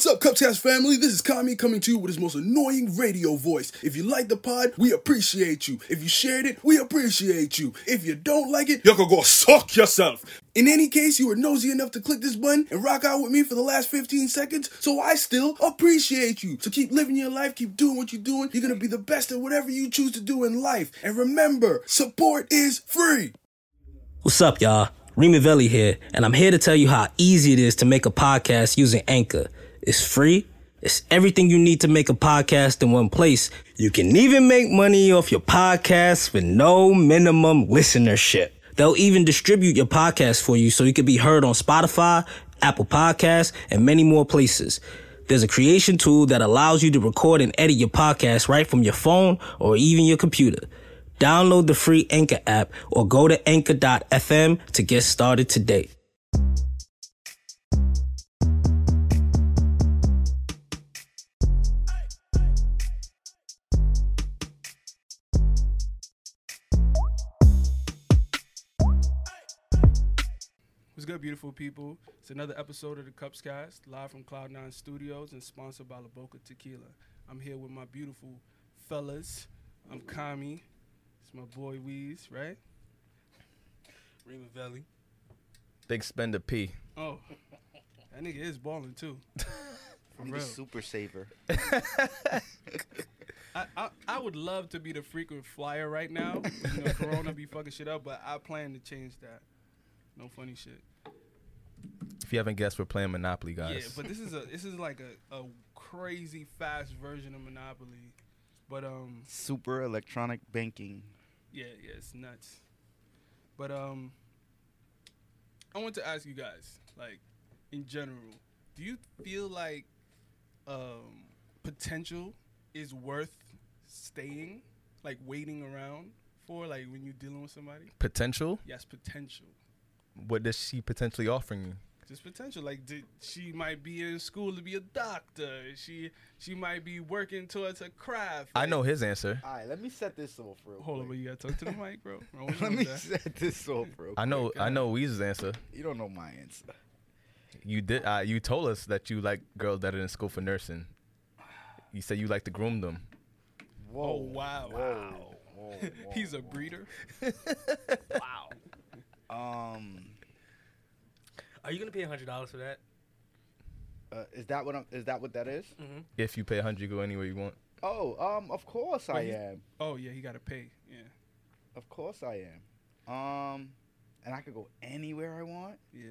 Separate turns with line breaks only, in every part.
Cupcast family, this is Kami coming to you with his most annoying radio voice. If you like the pod, we appreciate you. If you shared it, we appreciate you. If you don't like it, you're gonna go suck yourself. In any case, you were nosy enough to click this button and rock out with me for the last 15 seconds, so I still appreciate you. So keep living your life, keep doing what you're doing. You're gonna be the best at whatever you choose to do in life. And remember, support is free.
What's up, y'all? Remy Velli here, and I'm here to tell you how easy it is to make a podcast using Anchor. It's free. It's everything you need to make a podcast in one place. You can even make money off your podcast with no minimum listenership. They'll even distribute your podcast for you so you can be heard on Spotify, Apple Podcasts, and many more places. There's a creation tool that allows you to record and edit your podcast right from your phone or even your computer. Download the free Anchor app or go to anchor.fm to get started today.
What's good, beautiful people? It's another episode of the Cups Cast, live from Cloud Nine Studios and sponsored by La Boca Tequila. I'm here with my beautiful fellas. I'm Kami. It's my boy Weez, right? Rima Valley.
Big spender P.
Oh, that nigga is balling too. For
I'm
real.
the super saver.
I, I, I would love to be the frequent flyer right now. You know, Corona be fucking shit up, but I plan to change that. No funny shit.
If you haven't guessed, we're playing Monopoly, guys.
Yeah, but this is a this is like a, a crazy fast version of Monopoly. But um
Super electronic banking.
yeah, yeah, it's nuts. But um I want to ask you guys, like, in general, do you feel like um potential is worth staying, like waiting around for, like when you're dealing with somebody?
potential.
Yes, potential.
What is she potentially offering you?
just potential. Like did, she might be in school to be a doctor. She she might be working towards her craft.
I
Like-
know his answer.
All right, let me set this off real
Hold on, but
quick.
you gotta talk to the mic, bro. Bro, what's
let
wrong
me
with that?
set this off real
I
quick.
know. I know Weez's answer.
You don't know my answer.
You did. Uh, you told us that you like girls that are in school for nursing. You said you like to groom them.
Whoa.
Oh wow,
Whoa. whoa, whoa.
he's a breeder. wow.
um.
Are you gonna pay hundred dollars for that?
Uh, is that what I'm, is that what that is?
Mm-hmm.
If you pay hundred, you go anywhere you want.
Oh, um, of course I am.
Oh yeah, he gotta pay. Yeah,
Of course I am. Um, and I could go anywhere I want.
yeah.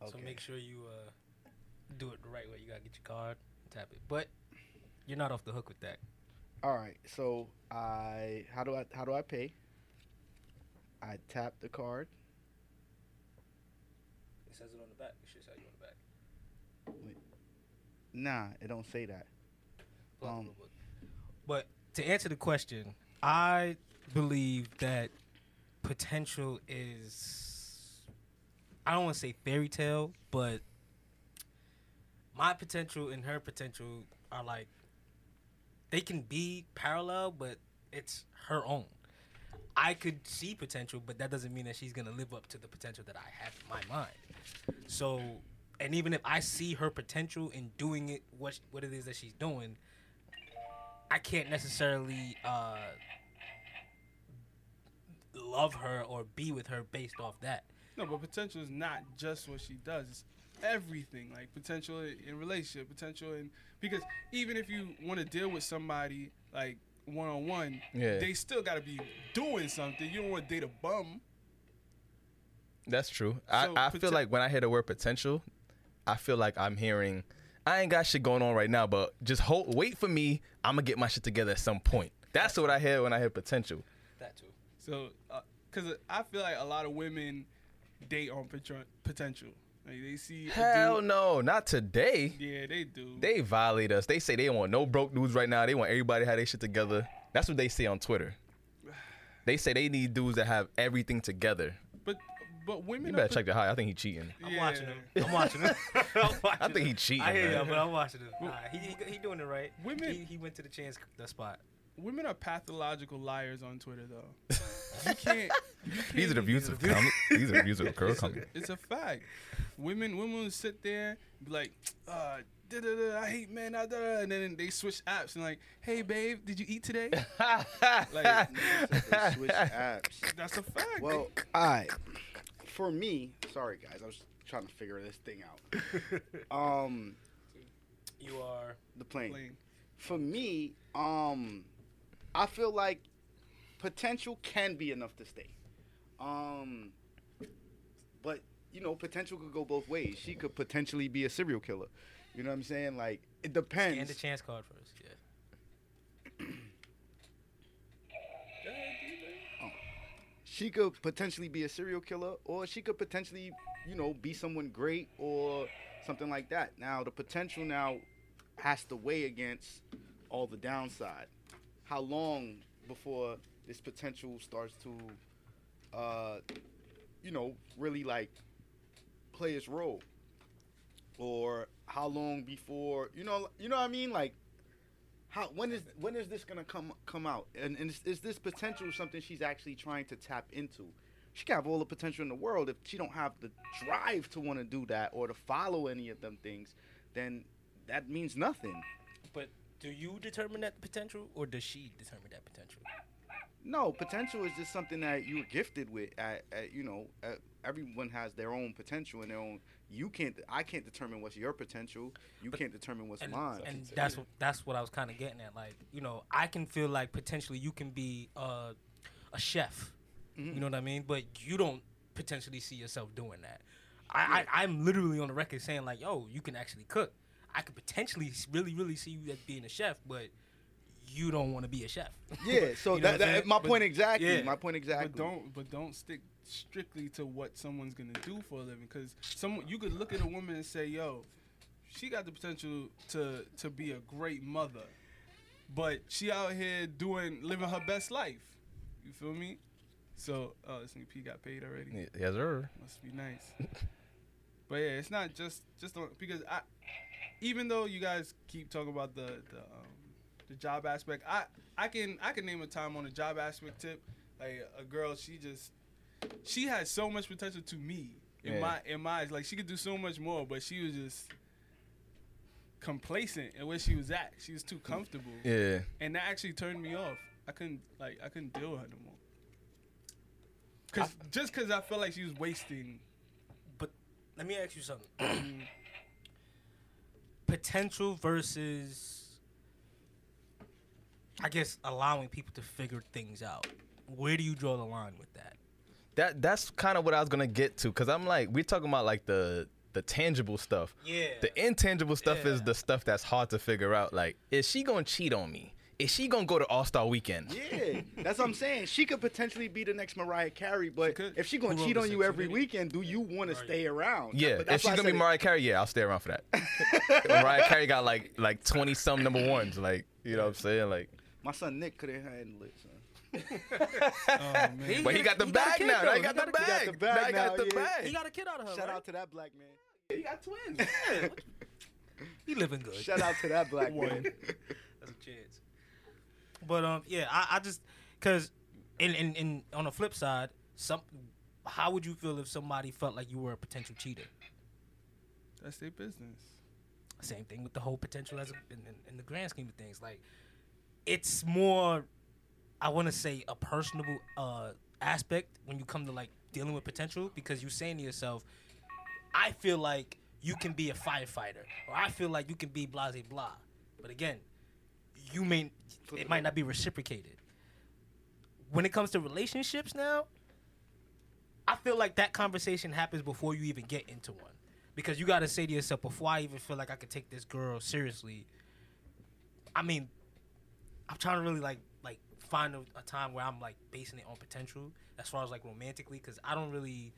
So
Okay.
make sure you uh, do it the right way. You gotta get your card, tap it. But you're not off the hook with that.
All right. So I how do I how do I pay? I tap the card.
It says it on the back. It should say you on the back.
Nah, it don't say that.
Pull out the
Um,
little book. But to answer the question, I believe that potential is I don't want to say fairy tale, but my potential and her potential are like they can be parallel, but it's her own. I could see potential, but that doesn't mean that she's gonna live up to the potential that I have in my mind. So, and even if I see her potential in doing it, what sh- what it is that she's doing, I can't necessarily uh, love her or be with her based off that.
No, but potential is not just what she does. It's everything. Like potential i- in relationship, potential in because even if you want to deal with somebody like one on one,
Yeah.
they still gotta be doing something. You don't want to date a bum.
That's true. I,
So,
I
poten-
feel like when I hear the word potential, I feel like I'm hearing, I ain't got shit going on right now, but just hold, wait for me. I'm gonna get my shit together at some point. That's what I hear when I hear potential.
That too.
So, because I feel like a lot of women date on potr- potential. Like they see. a
Hell
dude-
no, not today.
Yeah, they do.
They violate us. They say they want no broke dudes right now. They want everybody to have their shit together. That's what they say on Twitter. They say they need dudes that have everything together.
but but women.
You
are
better
pot-
check the high. I think he cheating.
I'm
Yeah.
watching him. I'm watching him. I'm watching
I think he
him.
cheating,
I hear you,
man.
but I'm watching him. Nah, he, he he doing it right.
Women-
He, he went to the chance the spot.
women are pathological liars on Twitter though. you can't. You can't
These are the
even-
views of com- These are the views of girl comedy.
It's a fact. Women women will sit there and be like, uh, da-da-da, I hate men, ah, da-da, and then they switch apps and like, hey babe, did you eat today? like
They switch apps.
that's a fact.
Well, I for me, sorry guys, I was trying to figure this thing out. Um,
You are.
the plane.
Like,
For me, um, I feel like potential can be enough to stay. Um, but you know, potential could go both ways. She could potentially be a serial killer. You know what I'm saying? Like it
And
depends.
the chance card first. Yeah.
she could potentially be a serial killer or she could potentially you know be someone great or something like that now the potential now has to weigh against all the downside how long before this potential starts to uh you know really like play its role or how long before you know you know what i mean like how when is when is this gonna come come out and, and is, is this potential something she's actually trying to tap into she can have all the potential in the world if she don't have the drive to want to do that or to follow any of them things then that means nothing
But do you determine that potential, or does she determine that potential?
no potential is just something that you're gifted with at, at you know at, everyone has their own potential and their own you can't i can't determine what's your potential you can't determine what's
and,
mine
and that's what that's what I was kind of getting at. Like, you know, I can feel like potentially you can be uh, a chef. You know what I mean? But you don't potentially see yourself doing that. I, I I'm literally on the record saying like, yo, you can actually cook. I could potentially s- really really see you as being a chef, but you don't want to be a chef.
yeah so
You know what I'm
that, that
saying?
my
But-
point exactly
yeah.
my point exactly
But don't but don't stick strictly to what someone's gonna do for a living because someone you could look at a woman and say, "Yo, she got the potential to to be a great mother, but she out here doing living her best life." You feel me? So, oh, this nigga P got paid already.
Yes, sir.
Must be nice. but yeah, it's not just just on, because I, even though you guys keep talking about the the, um, the job aspect, I I can I can name a time on a job aspect tip, like a girl she just she had so much potential to me in
Yeah.
my in my eyes, like she could do so much more, but she was just complacent in where she was at. She was too comfortable,
Yeah.
and that actually turned me off. I couldn't like I couldn't deal with her no more. Cause just cause I felt like she was wasting
But let me ask you something. Potential versus, I guess, allowing people to figure things out. Where do you draw the line with that?
That that's kind of what I was gonna get to, cause I'm like, we're talking about like the the tangible stuff.
Yeah.
The intangible stuff is
Yeah.
the stuff that's hard to figure out. Like, is she gonna cheat on me? Is she gonna go to All Star Weekend?
Yeah, that's what I'm saying. She could potentially be the next Mariah Carey, but
could.
if she gonna
Who
cheat
wrote
on
the
you every
sexuality?
weekend, do you want to stay around?
Yeah,
But
if
that's
she's
why I
gonna be
said it-
Mariah Carey, yeah, I'll stay around for that. Mariah Carey got like like twenty some number ones, like you know what I'm saying, like.
My son Nick could have handled it. Son.
But he got the bag now. Now he got the
got
bag.
the bag
Now he got
now,
the
yeah.
bag.
He got a kid out of her.
Shout
right?
out to that black man.
He got twins.
He living good.
Shout out to that black man.
That's a chance. But um, yeah, I, I just because, and, and and on the flip side, some how would you feel if somebody felt like you were a potential cheater?
That's their business.
Same thing with the whole potential as a, in, in, in the grand scheme of things. Like, it's more, I want to say, a personable uh, aspect when you come to like dealing with potential because you're saying to yourself, I feel like you can be a firefighter or I feel like you can be blah blah blah. But again, you may it might not be reciprocated. When it comes to relationships now, I feel like that conversation happens before you even get into one. Because you gotta say to yourself, before I even feel like I could take this girl seriously, I mean, I'm trying to really like like find a, a time where I'm like basing it on potential as far as like romantically, because I don't really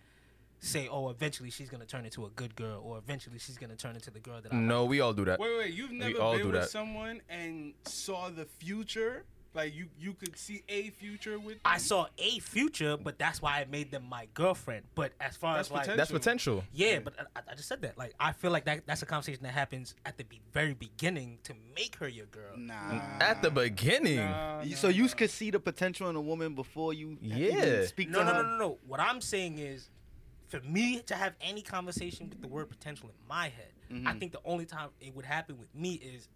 say, oh, eventually she's gonna turn into a good girl, or eventually she's gonna turn into the girl that I.
No, we all do that.
Wait, wait, you've never
all
been
do
with
that.
someone and saw the future Like you, you could see a future with.
I
them?
saw a future, but that's why I made them my girlfriend. But as far
That's
as like,
That's potential.
yeah, but I, I just said that. Like, I feel like that that's a conversation that happens at the be- very beginning to make her your girl.
Mm. Nah.
At the beginning.
Nah,
You-
nah,
So you
nah.
could see the potential in a woman before you
Yeah.
even speak
No,
to
no,
her.
no, no, no. What I'm saying is, for me to have any conversation with the word potential in my head, I think the only time it would happen with me is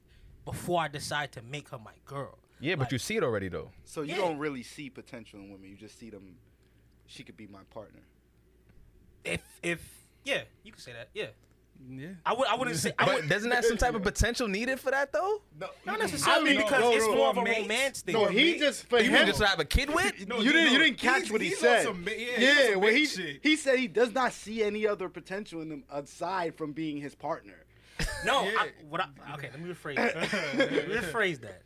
before I decide to make her my girl.
Yeah, but
Like,
you see it already though.
So you
Yeah.
don't really see potential in women. You just see them. She could be my partner.
if if yeah, you could say that. Yeah,
Yeah.
I would. I wouldn't say. I
But
would,
doesn't that some type of potential needed for that though?
not necessarily
mean,
because
no,
it's
no,
more of a
mate.
romance thing.
No, he
mate.
just for
You
him.
mean just to have a kid with?
No,
you didn't. You
no,
didn't catch
he's-
what he
he's on
said.
some ma- yeah, he's on
yeah,
some
where
big
he
shit.
he said he does not see any other potential in him aside from being his partner.
No, I, what I, okay, let me rephrase. let me rephrase that.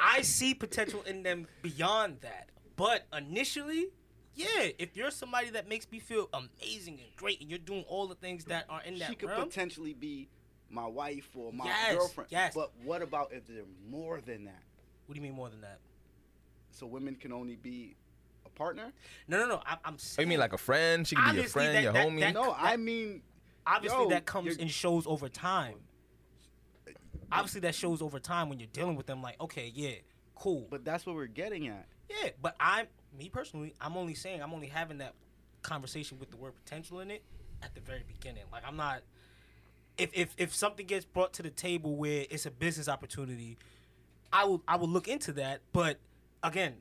I see potential in them beyond that, but initially, yeah. If you're somebody that makes me feel amazing and great, and you're doing all the things that are in that
she could
realm,
potentially be my wife or my
Yes,
girlfriend.
yes.
But what about if they're more than that?
what do you mean more than that?
So women can only be a partner.
No, no, no. I, I'm.
Oh, you mean like a friend? She could be your
Obviously,
friend,
that-
your
that-
homie.
that-
No, I mean,
obviously
yo,
that comes
you're-
in shows over time. Obviously that shows over time when you're dealing with them. Like, okay, yeah, cool.
But that's what we're getting at.
Yeah, but I'm me personally. I'm only saying I'm only having that conversation with the word potential in it at the very beginning. Like I'm not. If if if something gets brought to the table where it's a business opportunity, I will I will look into that. But again,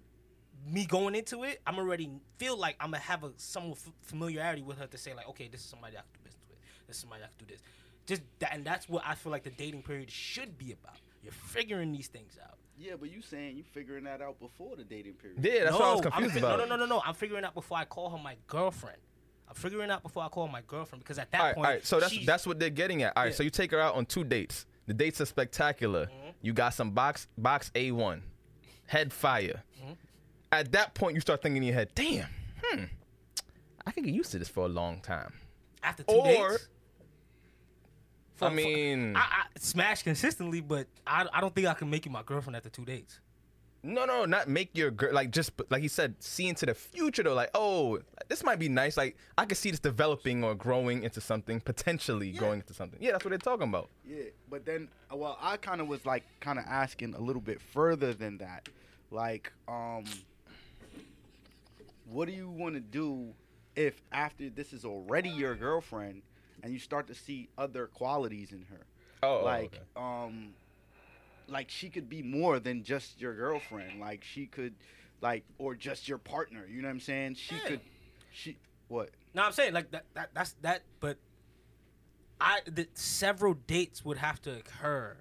me going into it, I'm already feel like I'm gonna have a some f- familiarity with her to say like, okay, this is somebody I can do business with. This is somebody I can do this. Just that, and that's what I feel like the dating period should be about. You're figuring these things out.
Yeah, but you saying you figuring that out before the dating period.
yeah, that's what I was
I'm
confused
fi-
about.
No, no, no, no, no. I'm figuring out before I call her my girlfriend. I'm figuring out before I call her my girlfriend because at that
All right, all
point,
right. So that's
she's-
that's what they're getting at. All right,
Yeah. Mm-hmm.
so you take her out on two dates. The dates are spectacular. You got some box box A one, head fire.
Mm-hmm.
At that point, you start thinking in your head, "Damn, hmm, I could get used to this for a long time."
after two
or-
dates.
I mean,
I, I smash consistently, but I, I don't think I can make you my girlfriend after two dates.
no, no, not make your girl like just like he said, see into the future though. Like, oh, this might be nice. Like, I could see this developing or growing into something potentially growing into something. Yeah, that's what they're talking about.
Yeah, but then, uh, well, I kind of was like kind of asking a little bit further than that. Like, um, what do you want to do if after this is already your girlfriend and you start to see other qualities in her?
Oh, oh,
like,
okay.
um, like she could be more than just your girlfriend. Like she could, like, or just your partner. You know what I'm saying? She
Yeah.
could, she what?
No, I'm saying like that, that that's that, but I the, several dates would have to occur.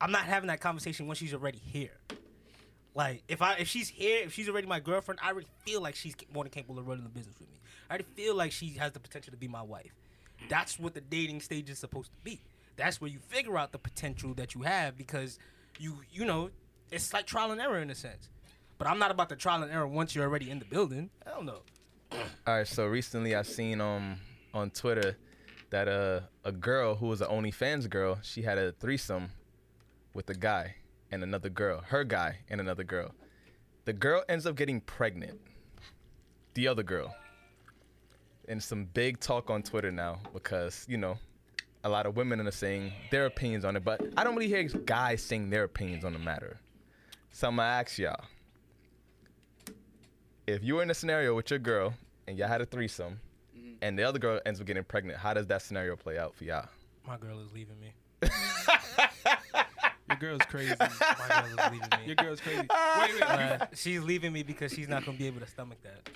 I'm not having that conversation when she's already here. Like if I if she's here, if she's already my girlfriend, I already feel like she's ca- more than capable of running the business with me. I already feel like she has the potential to be my wife. That's what the dating stage is supposed to be. That's where you figure out the potential that you have because you you know it's like trial and error in a sense. But I'm not about the trial and error once you're already in the building. I don't know.
All right, so recently I've seen um on Twitter that uh, a girl who was an OnlyFans girl, she had a threesome with a guy and another girl, her guy and another girl. The girl ends up getting pregnant. The other girl. And some big talk on Twitter now because, you know, a lot of women are saying their opinions on it, but I don't really hear guys saying their opinions on the matter. So I'm gonna ask y'all if you were in a scenario with your girl and y'all had a threesome and the other girl ends up getting pregnant, how does that scenario play out for y'all?
My girl is leaving me.
Your girl's crazy.
My girl is leaving me.
Your girl's crazy. Wait, wait. you-
Uh, she's leaving me because she's not gonna be able to stomach that.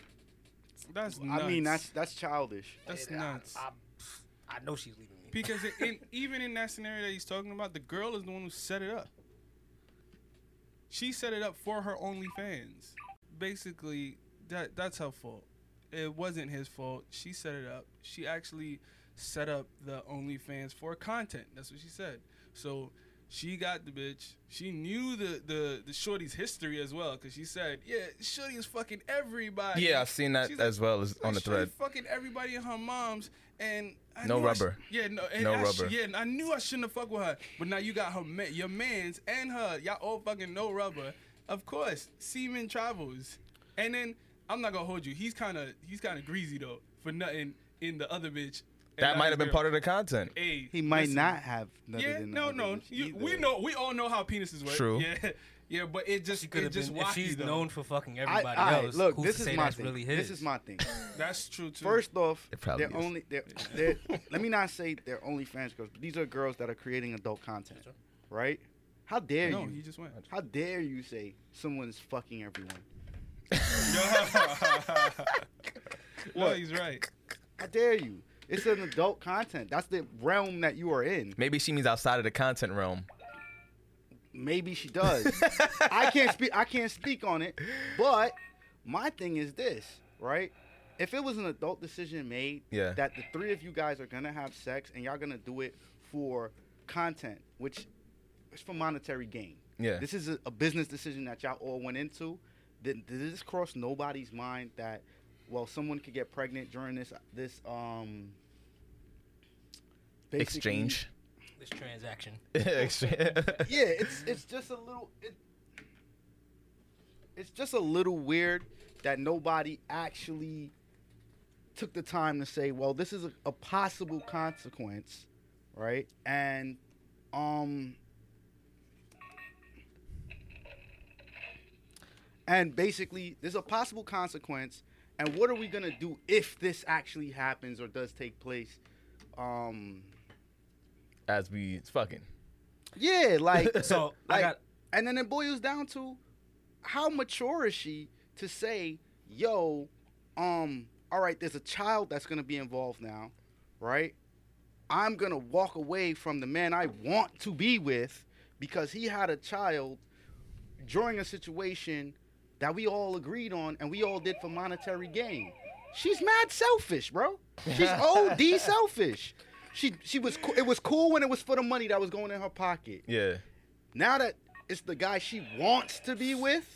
That's
I mean, that's
nuts.
that's childish.
that's
I-
nuts.
I, I know she's leaving me.
Because it, in, even in that scenario that he's talking about, the girl is the one who set it up. She set it up for her OnlyFans. Basically, that that's her fault. It wasn't his fault. She set it up. She actually set up the OnlyFans for content. That's what she said. So she got the bitch. She knew the the, the shorty's history as well, because she said, "Yeah, shorty is fucking everybody."
Yeah, I've seen that
She's like-
as well as
like,
on the
shorty
thread.
Fucking everybody and her moms, And I
No
knew I sh-
rubber.
yeah, no, and
No
I sh-
rubber.
yeah, and I knew I shouldn't have fucked with her. But now you got her, ma- your man's and her. Y'all all fucking no rubber. Of course, semen travels. And then I'm not gonna hold you. He's kind of he's kind of greasy though for nothing in the other bitch.
That might have been part of the content.
Hey,
He might
listen.
not have. nothing
Yeah,
in the
no,
other
no.
bitch
You,
either.
we know. We all know how penises work.
True.
Yeah, yeah. But it just
She could
it
have
just
been. If
wacky,
she's
though.
known for fucking
I,
everybody
I,
else.
look,
who's
this
to
is
say
my
that's
thing.
really his?
this is my thing.
That's true too.
First off,
It probably
they're
is.
only they're, they're, let me not say they're only fans girls, but these are girls that are creating adult content, right? How dare
no,
you?
he just went.
How dare you say someone's fucking everyone?
Well, he's right.
How dare you? It's an adult content. That's the realm that you are in.
Maybe she means outside of the content realm.
Maybe she does. I can't speak. I can't speak on it. But my thing is this, right? If it was an adult decision made
Yeah.
that the three of you guys are gonna have sex and y'all gonna do it for content, which is for monetary gain.
Yeah.
This is a, a business decision that y'all all went into. Did, did this cross nobody's mind that well someone could get pregnant during this this um basically-
Exchange.
this transaction.
Exchange.
yeah, it's it's just a little it, it's just a little weird that nobody actually took the time to say, well, this is a, a possible consequence, right? And um and basically there's a possible consequence and what are we going to do if this actually happens or does take place? Um
As we fucking.
yeah, like
So I
like,
got
and then it boils down to how mature is she to say, "Yo, um, all right, there's a child that's gonna be involved now, right? I'm gonna walk away from the man I want to be with because he had a child during a situation that we all agreed on and we all did for monetary gain. She's mad selfish, bro. She's OD selfish. She she was co- it was cool when it was for the money that was going in her pocket
Yeah.
now that it's the guy she wants to be with,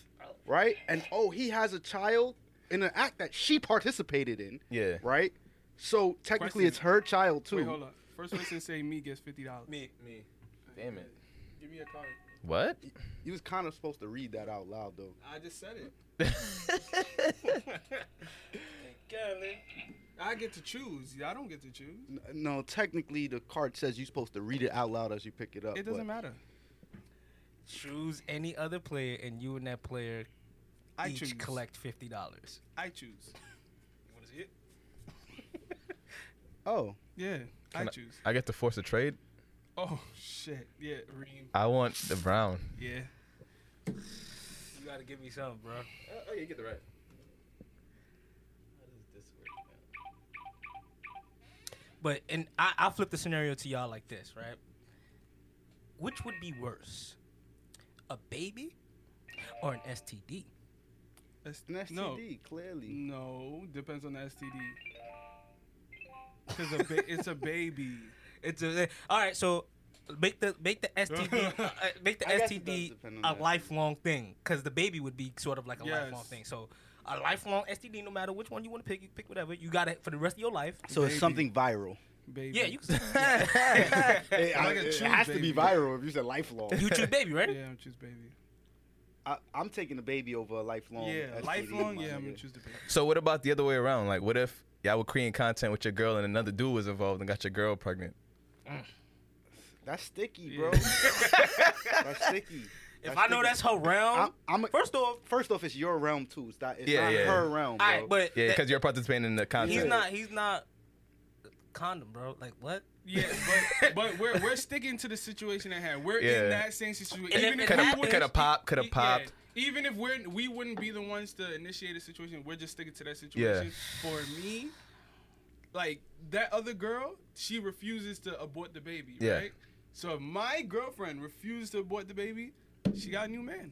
right? And oh, he has a child in an act that she participated in,
Yeah.
right? So technically,
Question.
it's her child too.
Wait, hold on. First person to say me gets fifty dollars.
me. Me.
Damn it.
Give me a card.
What?
You was kind of supposed to read that out loud though.
I just said it. I get to choose. I don't get to choose.
N- No, technically, the card says you're supposed to read it out loud as you pick it up.
It doesn't
but-
matter.
Choose any other player, and you and that player
I
each
choose.
collect fifty dollars.
I choose.
You want to see it?
Oh,
Yeah, I
Can
choose.
I get to force a trade.
Oh shit. Yeah, Reem.
I want the brown.
Yeah.
You gotta give me something, bro.
Oh, you get the right.
But and I, I'll flip the scenario to y'all like this, right? Which would be worse, a baby or an STD?
That's-
an STD
No. Mm,
clearly.
No, depends on the STD. Cause a ba- it's a baby.
It's a, all right. So make the make the STD uh, uh, make the
I guess it does
STD
depend on
a
that.
lifelong thing because the baby would be sort of like a lifelong
Yes.
thing. So a lifelong STD, no matter which one you want to pick, you pick whatever. You got it for the rest of your life.
So it's something viral.
Baby.
Yeah, you can. yeah.
It,
I could
it
choose,
has to be
baby.
viral if you said lifelong.
you choose baby, right?
Yeah, I'm choose baby.
I, I'm taking the baby over a lifelong.
Yeah,
STD,
lifelong.
my
Yeah, I'm
nigga.
gonna choose the baby.
So what about the other way around? Like, what if y'all were creating content with your girl and another dude was involved and got your girl pregnant?
That's sticky, bro.
Yeah.
that's sticky.
If I know
sticky.
that's her realm,
I'm, I'm
first off,
First off, it's your realm too. It's not, it's
Yeah,
not
yeah.
her realm, bro.
all right, but
Yeah,
that-
because you're participating in the content.
he's not. He's not condom, bro. Like what?
Yeah, but but we're we're sticking to the situation at hand. We're
Yeah.
in that same situation.
And if it
we
happens-
wouldn't-
Coulda popped, coulda
Yeah,
popped.
even if we're we wouldn't be the ones to initiate a situation, we're just sticking to that situation. For me, like that other girl, she refuses to abort the baby,
Yeah.
right? So if my girlfriend refuses to abort the baby, she got a new man.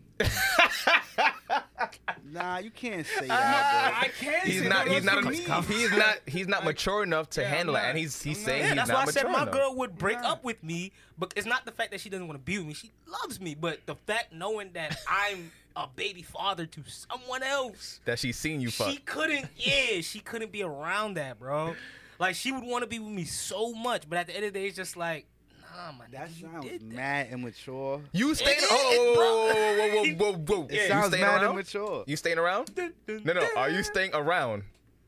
nah, you can't say that,
I can't.
He's
say
not.
that
He's
that's
not.
for
A,
me.
he's not. He's not mature enough to
Yeah, I'm
handle it,
not.
and he's he's
I'm
saying
not.
Yeah,
he's
that's
not
why I
mature
said my
enough.
girl would break
Nah.
up with me, but it's not the fact that she doesn't want to be with me. She loves me, but the fact knowing that I'm a baby father to someone else,
that she's seen you fuck.
she couldn't. Yeah, she couldn't be around that, bro. Like she would want to be with me so much, but at the end of the day, it's just like, nah, my
That
nigga, you
sounds
did that.
mad immature.
You staying?
it-
Oh,
it-
whoa, whoa, whoa, whoa, whoa, whoa!
It
You
sounds
staying
mad
around?
immature.
You staying around? No, no. Are you staying around?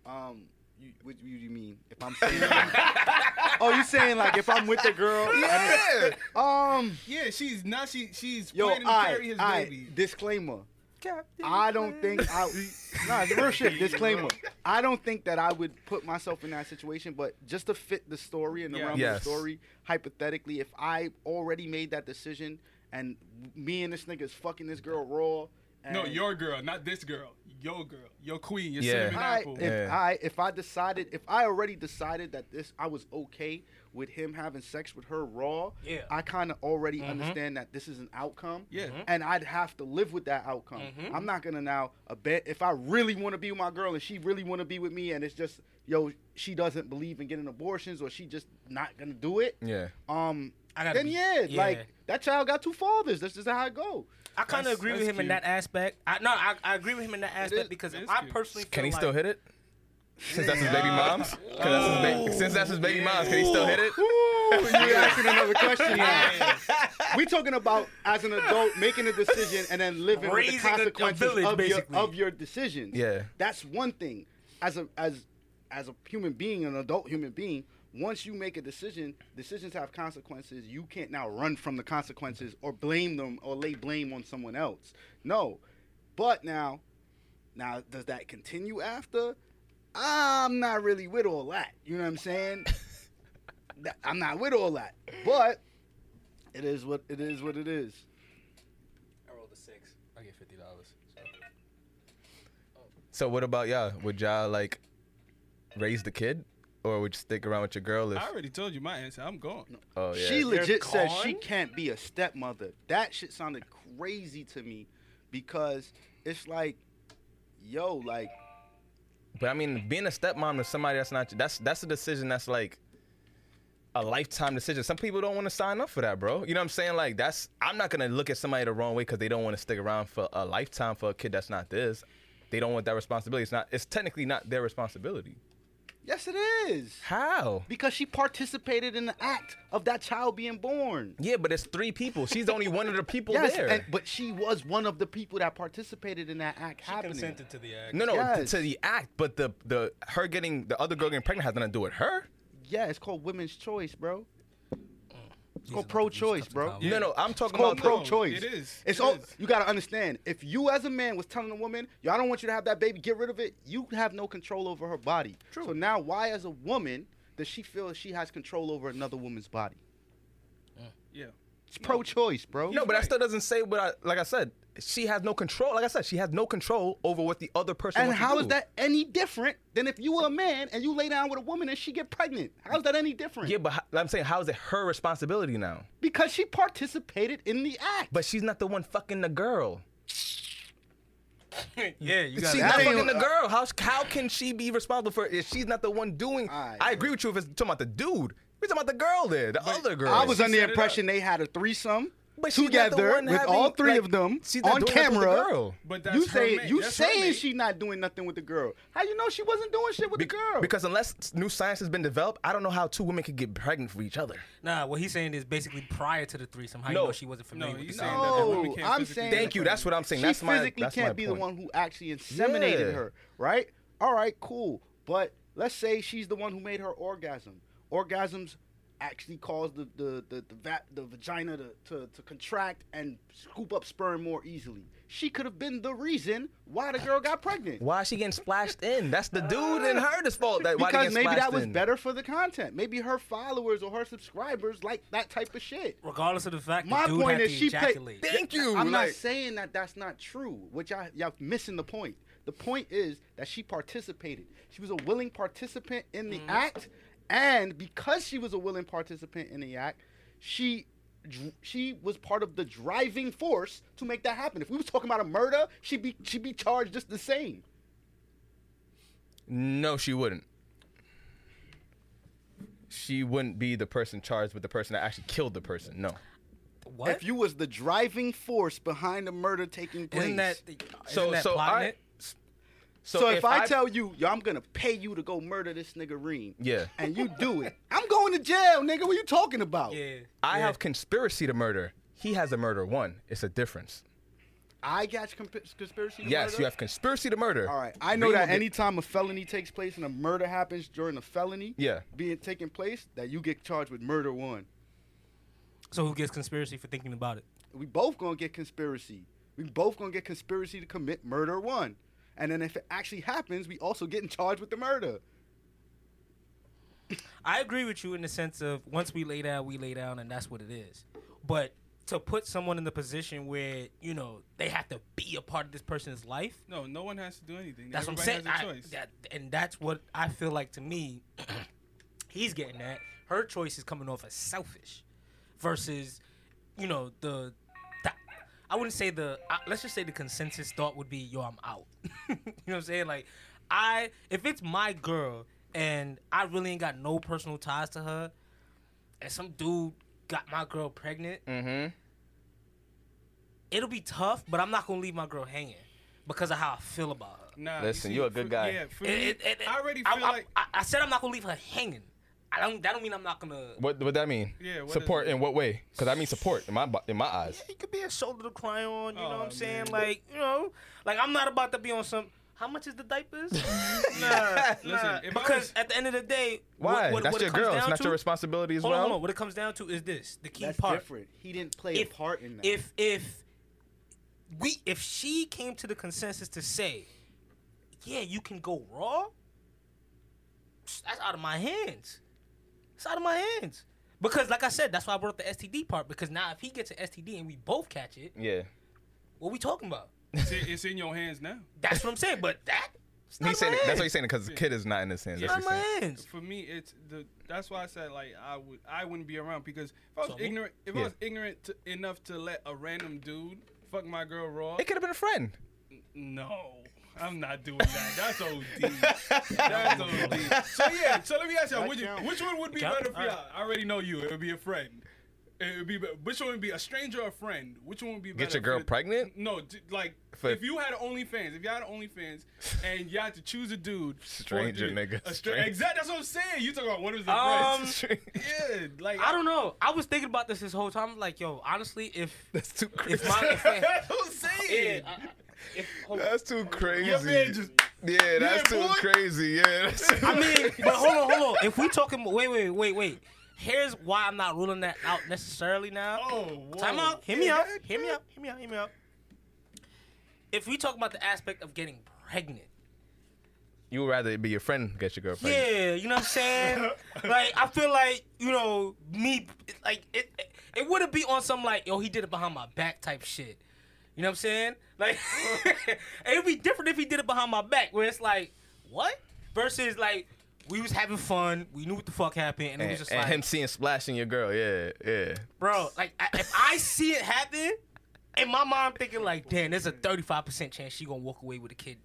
Um, you, what do you mean? If I'm saying, oh, you saying like if I'm with the girl?
Yeah.
Um,
Yeah, she's now she she's
yo,
planning to
I,
carry his
I,
baby.
disclaimer. I don't think I. Nah, it's real shit. Disclaimer. I don't think that I would put myself in that situation, but just to fit the story and the
Yeah.
realm
Yes.
of the story, hypothetically, if I already made that decision and me and this nigga is fucking this girl raw. And
no, your girl, not this girl. Your girl, your queen, your
Yeah.
cinnamon
I,
apple.
if
Yeah.
I if I decided if I already decided that this I was okay with him having sex with her raw,
Yeah. Mm-hmm.
I kind of already understand that this is an outcome,
Yeah.
Mm-hmm.
Mhm.
and I'd have to live with that outcome.
Mm-hmm.
I'm not gonna now abet if I really want to be with my girl and she really want to be with me, and it's just yo she doesn't believe in getting abortions or she just not gonna do it.
Yeah.
Um,
I gotta
then
be-
yeah,
yeah.
like that child got two fathers. That's just how it go.
I kind of
That's-
agree with
that's
him in
cute.
that aspect. I, no, I, I agree with him in that aspect
is-
because
it is
I
cute.
personally feel
Can he still
like-
hit it? Since that's his baby mom's. 'Cause that's his ba- since that's his baby mom's, can he still hit it?
Ooh, you're asking another question now. we talking about as an adult making a decision and then living
Raising
with
a-
the
a
consequences
village,
of, your,
basically.
of your decisions.
Yeah.
that's one thing. As a as as a human being, an adult human being, once you make a decision, decisions have consequences. You can't now run from the consequences or blame them or lay blame on someone else. No, but now, now does that continue after? I'm not really with all that. You know what I'm saying? that- I'm not with all that, but it is what it is. What it is.
I rolled a six. I get fifty dollars.
So what about y'all? Would y'all like raise the kid, or would you stick around with your girl? If
I already told you my answer. I'm gone.
oh yeah,
She legit says she
gone?
can't be a stepmother. That shit sounded crazy to me because it's like, yo, like
but I mean, being a stepmom to somebody that's not that's that's a decision that's like a lifetime decision. Some people don't want to sign up for that, bro. You know what I'm saying? Like that's I'm not gonna look at somebody the wrong way because they don't want to stick around for a lifetime for a kid that's not this. They don't want that responsibility. It's not. It's technically not their responsibility.
yes, it is
How?
because she participated in the act of that child being born.
Yeah, but it's three people. She's only one of the people
Yes,
there.
and, but she was one of the people that participated in that act happening.
Consented to the act.
no, no,
Yes.
to the act, but the the her getting the other girl getting pregnant has nothing to do with her.
Yeah, it's called women's choice, bro. It's called pro-choice, bro.
No, no, I'm talking
It's called
about the-
pro-choice.
it is,
It's
it
all
is.
you gotta understand. If you as a man was telling a woman, "Yo, I don't want you to have that baby. Get rid of it," you have no control over her body. True. So now, why as a woman does she feel she has control over another woman's body?
Yeah.
It's pro-choice, bro.
No, but that still doesn't say what I like. I said she has no control. Like I said, she has no control over what the other person.
and
wants to
how is
do.
that any different than if you were a man and you lay down with a woman and she get pregnant? How is that any different?
Yeah, but how- I'm saying how is it her responsibility now?
Because she participated in the act.
But she's not the one fucking the girl.
Yeah, you got
she's
that
not
ain't-
fucking the girl. How how can she be responsible for it if she's not the one doing?
Aight,
I agree with you if it's talking about the dude. We're talking about the girl there, the other girl.
I was
She's-
under the
set it
impression they had a threesome
But she's not the
together
one
with
having,
all three
like,
of them
she's not
on
doing nothing with the
camera.
girl.
But that's
you
her
say
mate.
you
That's her
saying
mate.
she's not doing nothing with the girl. How you know she wasn't doing shit with
Be-
the girl?
Because unless new science has been developed, I don't know how two women could get pregnant for each other.
Nah, what he's saying is basically prior to the threesome. How
No.
you know she wasn't familiar
No,
with
he's
the
saying
sound.
that that woman
No,
can't
I'm
physically-
saying-
Thank you. That's what I'm saying.
she
that's my.
physically
that's
can't
my
be
point.
the one who actually inseminated
Yeah.
her, right? All right, cool. But let's say she's the one who made her orgasm. Orgasms actually cause the the the the, va- the vagina to, to to contract and scoop up sperm more easily. She could have been the reason why the girl got pregnant.
Why is she getting splashed in? That's the dude and her that's fault. That why they
because
getting
maybe
splashed
that was
in.
better for the content. Maybe her followers or her subscribers like that type of shit.
Regardless of the fact,
My
the dude
point
had
is
to
she picked-
ejaculate.
Thank you.
I'm not
like-
saying that that's not true, which I, y'all missing the point. The point is that she participated. She was a willing participant in the act, and because she was a willing participant in the act, she dr- she was part of the driving force to make that happen. If we was talking about a murder, she'd be she'd be charged just the same.
No, she wouldn't. She wouldn't be the person charged with the person that actually killed the person. No.
What?
If you was the driving force behind the murder taking place,
Isn't that?
So
isn't that
so
plotting
I,
it?
So, if, I, tell you, yo, I'm gonna pay you to go murder this nigga Reem,
Yeah.
and you do it, I'm going to jail, nigga. What you talking about?
Yeah.
I have conspiracy to murder, he has a murder one. It's a difference.
I got consp- conspiracy. to
Yes,
murder?
you have conspiracy to murder.
All right, I know
Reem
that
will get-
anytime a felony takes place and a murder happens during a felony,
Yeah.
being taking place, that you get charged with murder one.
So who gets conspiracy for thinking about it?
We both gonna get conspiracy. We both gonna get conspiracy to commit murder one, and then if it actually happens, we also getting charged with the murder.
I agree with you in the sense of once we lay down, we lay down, and that's what it is. But to put someone in the position where you know they have to be a part of this person's life,
No, no one has to do anything.
that's what I'm
Everybody
saying.
Has a
I-
choice.
that, and that's what I feel like to me. he's getting that. Her choice is coming off as selfish, versus, you know, the, the I wouldn't say the. I let's just say the consensus thought would be, "Yo, I'm out." you know what I'm saying? Like, I if it's my girl and I really ain't got no personal ties to her, and some dude got my girl pregnant, it'll be tough. But I'm not gonna leave my girl hanging because of how I feel about her.
Nah,
Listen, you a good
for-
guy.
Yeah, for me,
It- it- it-
I already feel
Mm-hmm. I,
like
I, I said I'm not gonna leave her hanging. I don't. That don't mean I'm not gonna.
What would that mean?
Yeah, what is
support
it?
in what way? Because I mean support in my bu- in my eyes.
It could be a shoulder to cry on. You know what
Aw,
I'm saying?
man.
Like you know, like I'm not about to be on some. How much is the diapers? nah, nah.
if I
Because
was-
at the end of the day,
Why?
What, what,
That's
what
your
it comes
girl. It's
down
not
to,
your responsibility as
Hold on,
well.
hold on. What it comes down to is this: the key
That's
part.
different. He didn't play a part in that.
If if we if she came to the consensus to say, yeah, you can go raw, that's out of my hands. It's out of my hands. Because like I said, that's why I brought up the STD part. Because now if he gets an STD and we both catch it,
Yeah.
what we talking about?
it's, in- it's in your hands now.
That's what I'm saying. But that it's not
He's
in
saying
my
that's
hands.
what he's saying because the kid is not in his hands.
It's
That's
not
what
in
he's saying.
my hands.
For me, it's the. That's why I said like I would. I wouldn't be around because if I was
So me?
ignorant, if
Yeah.
I was ignorant to, enough to let a random dude fuck my girl raw,
It could have been a friend.
no. I'm not doing that. That's OD. That's OD. So yeah. So let me ask y'all, would you, which one would be
Count?
better for
All right.
y'all? I already know you. It would be a friend. It would be be- which one would be a stranger or a friend? Which one would be better?
Get your girl
for-
pregnant.
No, d- like
For-
if you had OnlyFans, if you had OnlyFans, and you had to choose a dude, for a
Stranger,
dude-
nigga,
a
stranger.
stranger. Exactly, that's what I'm saying. You talking about what is the
Um,
best? Yeah, like
I don't know. I was thinking about this this whole time. Like, yo, honestly, if
That's too
if
crazy.
my if,
That's what I'm saying.
I- I- if, hold on.
That's too crazy.
Your man just
yeah, that's
Yeah,
too
boy.
crazy. Yeah. That's too
I mean, but hold on, hold on. If we talking, wait, wait, wait, wait. Here's why I'm not ruling that out necessarily now.
oh, whoa.
Time out. Hear me out. Hear me out. Hear me out. Hear me out. If we talk about the aspect of getting pregnant,
you would rather it be your friend get your girl pregnant.
yeah, you know what I'm saying. like I feel like you know me, like it. It, it wouldn't be on some like yo he did it behind my back type shit. You know what I'm saying? Like it'd be different if he did it behind my back, where it's like what versus like we was having fun, we knew what the fuck happened, and, it was
And,
just
and
like
him seeing splashing your girl. Yeah. Yeah.
bro. Like I, if I see it happen, in my mind I'm thinking like, damn, there's a 35 percent chance she gonna walk away with a kid.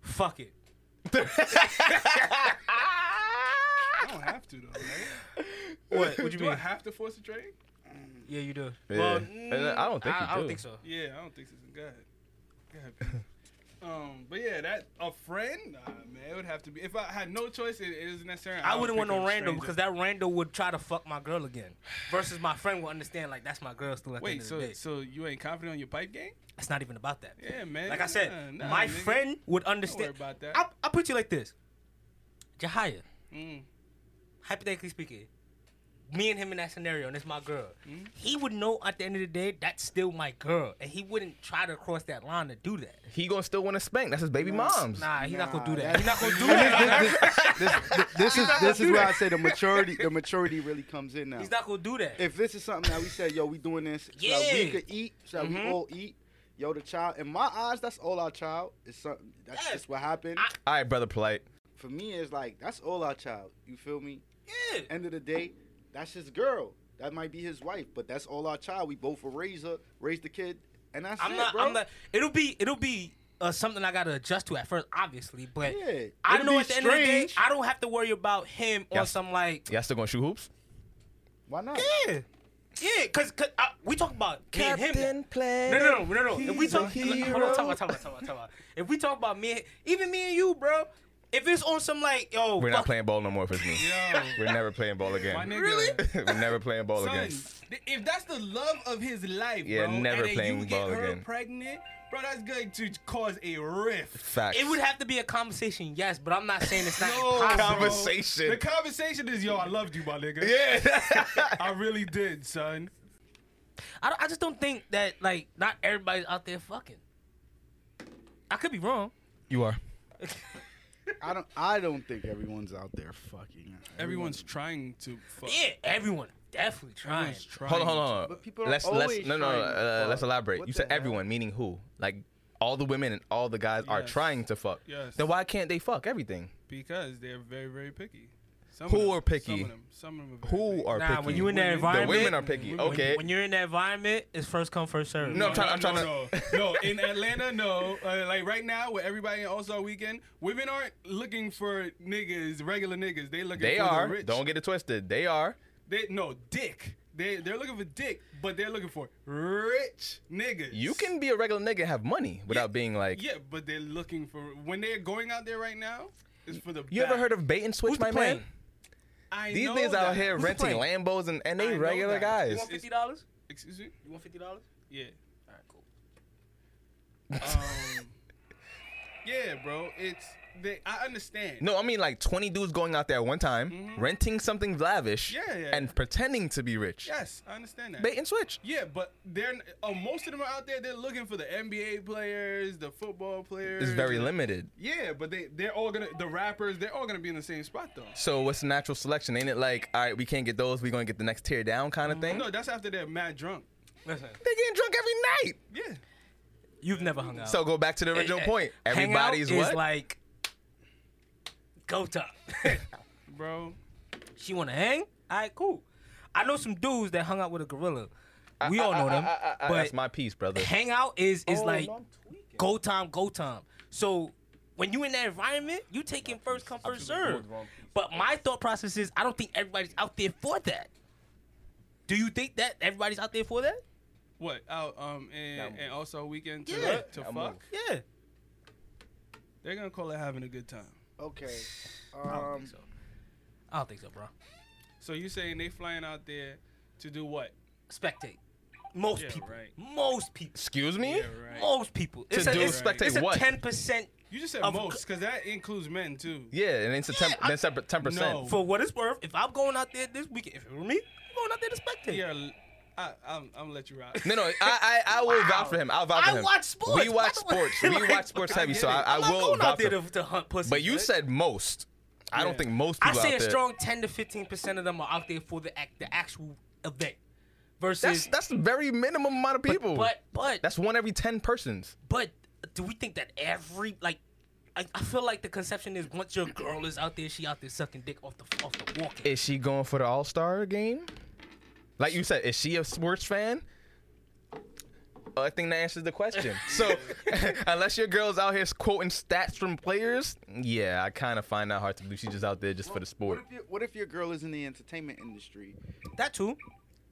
Fuck it.
Ah!
I don't have to though. Like,
What? What you
do I
mean?
have to force a trade?
Yeah, you do.
Yeah. And uh, I don't think
I,
you
I don't
do.
think so.
Yeah, I don't think so. God, God. um, but yeah, that a friend, nah, man, it would have to be. If I had no choice, it, it isn't necessary.
I wouldn't
would
want
pick
no
a
random
stranger.
because that random would try to fuck my girl again. Versus my friend will understand like that's my girl still at the end
Wait,
of
so
the day.
so you ain't confident on your pipe game?
It's not even about that.
Yeah, man.
Like I said,
Nah, nah,
my
nigga.
friend would understand.
about that.
I, I put you like this, Jahia.
Mm.
Hypothetically speaking, me and him in that scenario, and it's my girl.
Mm.
He would know at the end of the day that's still my girl, and he wouldn't try to cross that line to do that.
He gonna still want to spank. That's his baby mom's.
Nah, he's not gonna
Nah,
do that. He's not gonna do
this,
that.
this- this- this is this is where I say the maturity the maturity really comes in now.
He's not gonna do that.
if this is something that we said, yo, we doing this, so that we
Yeah. Mm-hmm.
could eat, so that we all eat. Yo, the child in my eyes, that's all our child. It's something that's
Yes.
just what happened.
I-
All right, brother, polite.
For me, it's like that's all our child. You feel me?
yeah.
End of the day, that's his girl. That might be his wife, but that's all our child. We both will raise her, raise the kid, and that's
I'm
it,
not.
bro.
I'm not. It'll be. It'll be uh, something I gotta adjust to at first, obviously. But
Yeah,
I
it'll
know
be
at the end of the day,
strange.
I don't have to worry about him on
Yes.
some like.
Y'all still gonna shoot hoops?
Why not?
Yeah. Yeah, cause, 'cause, uh, we talk about me and him. now.
Play.
No, no, no, no, no. If we
He's a
talk, hold on, talk about, talk about, talk about, talk about. If we talk about me, and- even me and you, bro. If it's on some like, yo,
We're not
fuck-
playing ball no more if it's me. We're never playing ball
My
again.
nigga,
Really?
We're never playing ball
son,
again.
th- if that's the love of his life,
Oh, Yeah,
bro,
never
and then
playing
you
ball
get her
again.
pregnant, bro, that's going to cause a rift.
Facts.
It would have to be a conversation, yes, but I'm not saying it's not
No,
impossible.
Oh, bro.
Conversation.
The conversation is, yo, I loved you, my nigga.
Yeah.
I really did, son.
I, don't- I just don't think that like not everybody's out there fucking. I could be wrong.
you are.
I don't. I don't think everyone's out there fucking.
Everyone's trying to fuck.
Yeah, everyone definitely trying.
Everyone's trying.
Hold on, hold on. hold on.
But people are
let's let's
always
no no
trying to
uh,
fuck.
let's elaborate.
What
you
the
said
hell?
everyone, meaning who? Like all the women and all the guys are
Yes.
trying to fuck.
Yes.
Then why can't they fuck everything?
Because they're very, very picky. Some
Who
of them,
are picky?
Some of them. Some of them are very
Who
picky.
are
Nah,
picky?
when you in that
The
the
environment,
women are picky.
Women-
Okay.
when you're in that environment, it's first come first serve.
No, I'm trying- I'm trying
no, to. No, no, in Atlanta, no. Uh, like right now, with everybody in All Star Weekend, women aren't looking for niggas, regular niggas. They looking
they
for
are.
the rich.
Don't get it twisted. They are.
They no dick. They they're looking for dick, but they're looking for rich niggas.
You can be a regular nigga and have money without being like.
Yeah, but they're looking for when they're going out there right now. It's for the.
You ever heard of bait and switch,
Who's
my
the plan?
man?
I
These
know
niggas
that.
out here
Who's
renting
playing?
Lambos and, and
I
they
know
regular
that.
You
guys.
want fifty dollars?
Excuse me.
You want fifty dollars?
Yeah.
All right, cool.
Um, yeah, bro. It's they. I understand.
No, I mean like 20 dudes going out there at one time,
Mm-hmm.
renting something lavish,
Yeah, yeah, yeah.
and pretending to be rich.
Yes, I understand that.
Bait and switch.
yeah, but they're uh, most of them are out there. They're looking for the NBA players, the football players.
It's very limited.
Yeah, but they they're all gonna the rappers. They're all gonna be in the same spot though.
So what's the natural selection? Ain't it like, all right, we can't get those, we gonna get the next tier down kind
Mm-hmm.
of thing?
No, that's after they're mad drunk.
Listen,
They getting drunk every night.
Yeah.
you've never hung out.
So go back to the original point. Everybody's
Hangout
what?
is like go top.
Bro,
she want to hang? All right, cool. I know some dudes that hung out with a gorilla. We all know them.
I- I- I-
but
that's my piece, brother.
hangout is is like go time, go time. So when you in that environment, you taking first come first serve. But my thought process is I don't think everybody's out there for that. Do you think that everybody's out there for that?
what? Out um and, and also weekend to,
Yeah.
to
Now
fuck.
move.
Yeah.
They're gonna call it having a good time.
Okay.
I don't
Um,
think so. I don't think so, bro.
So you saying they flying out there to do what?
Spectate. Most
Yeah,
people.
right.
Most people.
Excuse me?
right.
Most people. It's
do
a, it's,
spectate
it's a
what?
10%
You just said
Of
most, because that includes men too.
Yeah, and it's a
Yeah,
ten,
I-
then separate ten percent.
No.
for what it's worth. If I'm going out there this weekend, if it were me, I'm going out there to spectate.
Yeah, l- I, I'm, I'm gonna let you ride.
No, no, I, I, I will vouch for him. I'll vouch for
I
him.
watch sports.
We watch
Why do I-
sports. We
like,
watch sports
I
heavy,
get
so
it.
I, I
I'm not
will
going
vouch
out there
for
to,
him.
to hunt pussy.
But you
right?
said most. I don't
Yeah.
think most
I
people
say
out
a
there.
strong 10 to 15 percent of them are out there for the act, the actual event. Versus,
That's that's the very minimum amount of people.
but but
that's one every ten persons.
but do we think that every like? I, I feel like the conception is once your girl is out there, she out there sucking dick off the off the walking.
Is she going for the All Star game? Like you said, is she a sports fan? Uh, I think that answers the question. So, unless your girl's out here quoting stats from players, yeah, I kind of find that hard to believe she's just out there just for the
what
sport.
if, your, what if your girl is in the entertainment industry?
that too.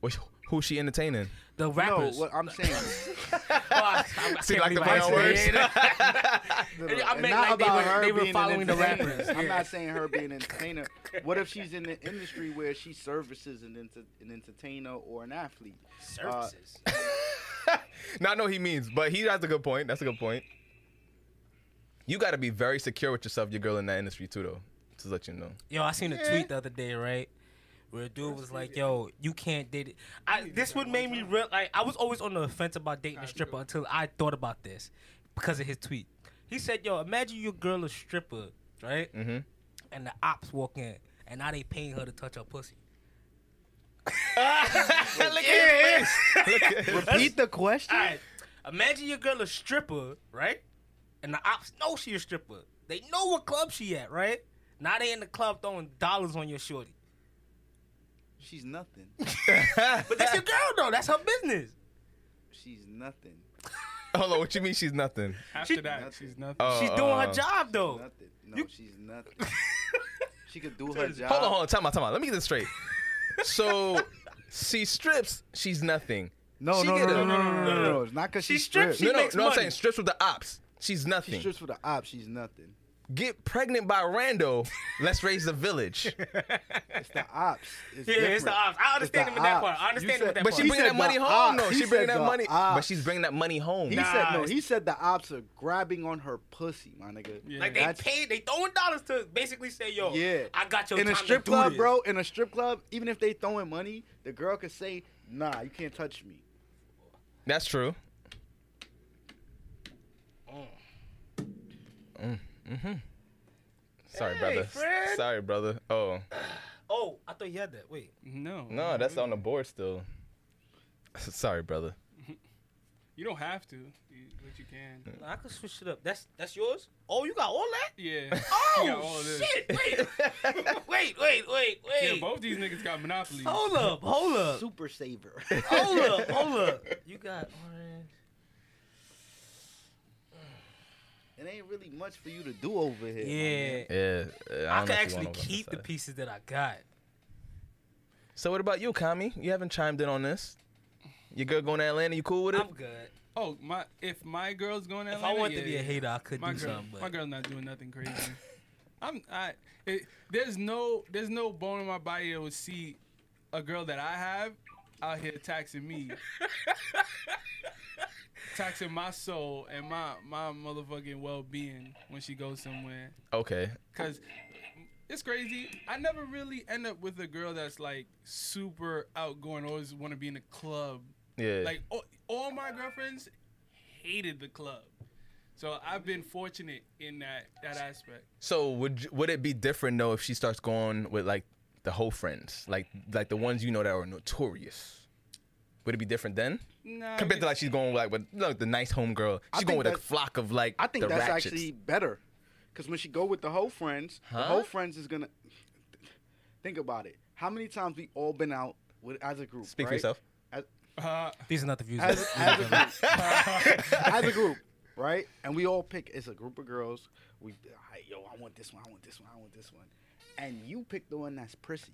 Which, who's she entertaining?
The rappers.
No, what I'm saying.
Oh, I- I- I
See,
can't
like the
believe I
final
said
words.
it.
Uh, No, no,
I
and
meant
not
like they
about
were-
her
they were
being an
following the
entertainer.
rappers.
I'm
Yeah.
not saying her being an entertainer. What if she's in the industry where she services an, enter- an entertainer or an athlete? Uh,
Services.
Now I know he means, but he has a good point. That's a good point. You got to be very secure with yourself, your girl in that industry too, though. To let you know,
Yo, I seen a tweet the other day, right? Where a dude was like, "Yo, you can't date it." I this would make me real. Like, I was always on the fence about dating a stripper until I thought about this because of his tweet. He said, "Yo, imagine your girl a stripper, right? Mm-hmm. And the ops walk in, and now they paying her to touch her pussy."
Repeat the question.
All right, imagine your girl a stripper, right? And the ops know she a stripper. They know what club she at, right? Now they in the club throwing dollars on your shorty.
She's nothing.
But that's your girl though. That's her business.
She's nothing.
hold on. What you mean? She's nothing.
After
She-
that,
Nothing.
she's nothing.
Oh,
She's doing her
uh,
job though.
Nothing. No, she's nothing. she could do her job.
Hold on, hold on. Time out, time out. Let me get this straight. So, She strips. She's nothing.
No,
She
no, no,
get
no, no,
a-
no, no, no, no. It's not because she,
She strips,
She
no, no,
makes
no. I'm
money.
saying strips with the ops. She's nothing.
strips for the op. She's nothing.
Get pregnant by Rando. Let's raise the village.
It's the ops. It's
Yeah, it's the
different.
ops. I understand
the
him with that
ops.
part. I
You
understand him
said-
with that
But she
He
bringing
said
that money
the
home. No,
ops.
she
He
bringing
said
that
the
money. But
ops.
she's bringing that money home.
He
Nah,
said no.
it's-
He said the ops are grabbing on her pussy, my nigga.
Yeah.
Like they
That's-
paid, they throwing dollars to basically say, "Yo,
Yeah,
I got your
in a
time to
strip
do
club,
this.
bro. In a strip club, even if they throwing money, the girl could say, "Nah, you can't touch me."
That's true. Mm. Mm-hmm. Mm, Sorry,
Hey,
brother.
Fred.
Sorry, brother. Oh.
Oh, I thought you had that. Wait,
No.
No, that's on the board still. Sorry, brother.
You don't have to, you- but you can.
I could switch it up. That's that's yours. Oh, you got all that.
Yeah. You got all
Oh
of this.
shit! Wait, wait, wait, wait,
Yeah,
wait.
both these niggas got monopolies.
hold up, hold up,
Super saver.
hold up, hold up. You got orange.
it ain't really much for you to do over here. my man.
Yeah, I,
Yeah. uh, don't
could
know if you
actually
wanna
keep the
emphasize.
pieces that I got.
So what about you, Kami? You haven't chimed in on this. Your girl going to Atlanta, you cool with it?
I'm good.
Oh, my! If my girl's going to
If I
Atlanta,
wanted
yeah,
to be a
yeah.
hater, I could
my
do
girl,
something.
my
But
girl's not doing nothing crazy. I'm I. It, there's no there's no bone in my body that would see a girl that I have out here taxing me, taxing my soul and my my motherfucking well being when she goes somewhere.
okay.
Cause it's crazy. I never really end up with a girl that's like super outgoing. Always want to be in the club.
Yeah.
Like all, all my girlfriends hated the club. So I've been fortunate in that that aspect.
so would you- would it be different though if she starts going with like the whole friends, like like the ones you know that are notorious? Would it be different then?
Nah,
Compared to like she's going with, like with look the nice homegirl. She's
think
going with a
that-
flock of like
I think
the
that's
ratchets.
actually better, because when she go with the whole friends, the
Huh?
whole friends is gonna think about it. How many times we all been out with as a group?
Speak for
right?
yourself.
As,
uh,
these are not the views.
as, as a group, as a group, right? And we all pick. It's a group of girls. We, "Alright, yo, I want this one. I want this one. I want this one. And you pick the one that's prissy.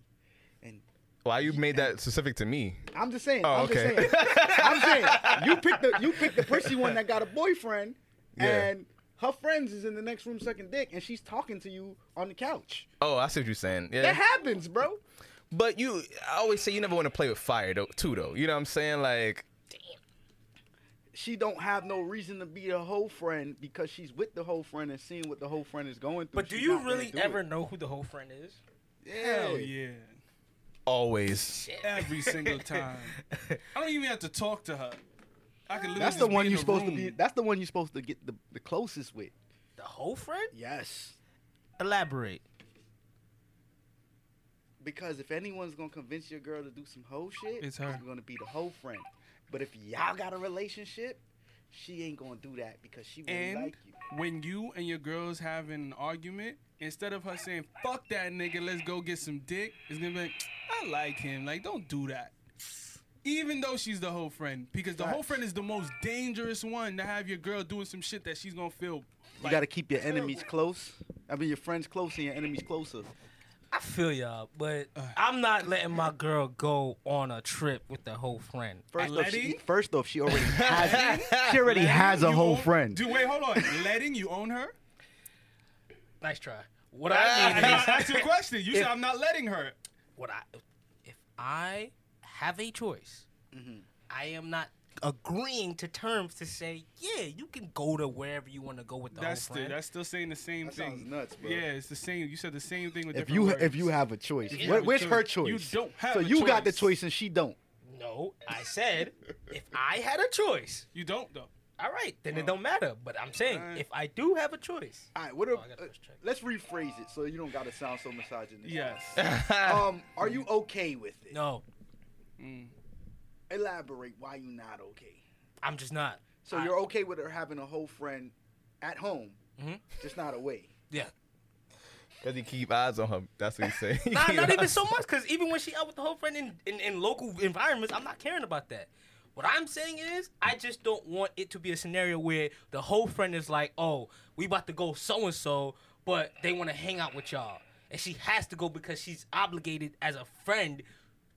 And
Why you made that specific to me?
I'm just saying.
Oh,
I'm
okay.
just saying. I'm saying you pick the you pick the prissy one that got a boyfriend,
Yeah.
and her friends is in the next room sucking dick, and she's talking to you on the couch.
Oh, I see what you're saying. Yeah.
That happens, bro.
But you, I always say you never want to play with fire though, too though. You know what I'm saying? Like,
She don't have no reason to be a whole friend because she's with the whole friend and seeing what the whole friend is going through.
but do
She's
you
not gonna
really
do
ever
it.
know who the whole friend is?
hell Oh, yeah.
always.
Every single time. I don't even have to talk to her. I can literally
That's
just
the
be
one
in
you're
the
supposed
room.
to be. That's the one you're supposed to get the, the closest with.
The whole friend?
Yes,
Elaborate.
because if anyone's gonna convince your girl to do some whole shit,
It's her.
gonna be the whole friend. But if y'all got a relationship, she ain't gonna do that because she really
And
like you.
when you and your girls having an argument, instead of her saying "fuck that nigga, let's go get some dick," it's gonna be like, "I like him." Like, don't do that. Even though she's the whole friend, because the whole
Facts.
friend is the most dangerous one to have your girl doing some shit that she's gonna feel.
You
Like,
gotta keep your enemies close. I mean, your friends close and your enemies closer.
I feel y'all, but
Uh.
I'm not letting my girl go on a trip with the whole friend.
First off, she,
Letty?
first off, she already has. she already
Letting
has a
you
whole
own-
friend.
Do wait, hold on. Letting you own her?
Nice try. What
I
I mean is,
gotta ask you a question. You said I'm not letting her.
what I, if I have a choice, I am not agreeing to terms to say, yeah, you can go to wherever you want to go with the
That's
whole
still
friend.
that's still saying the same
That
thing.
sounds nuts, bro.
Yeah, it's the same. You said the same thing with
If
different
you
words.
if you have a choice,
you
Where-
have a
where's her
choice. You
choice?
don't have
so
a
you got the
choice.
choice and she don't.
no, I said, if I had a choice,
you don't though.
all right, then it don't matter. But I'm saying, if I do have a choice,
All right, what? Are,
I gotta
uh,
push check.
let's rephrase it so you don't gotta sound so misogynistic.
Yes.
Oh.
Um, are you okay with it?
no,
Elaborate why you not okay.
I'm just not.
So
I-
you're okay with her having a whole friend at home, just not away.
yeah.
Cause you keep eyes on her. That's what you say. You
Nah,
keep
not even
eyes-
so much, because even when she out with the whole friend in, in, in local environments, I'm not caring about that. What I'm saying is, I just don't want it to be a scenario where the whole friend is like, oh, we about to go so and so, but they want to hang out with y'all. And she has to go because she's obligated as a friend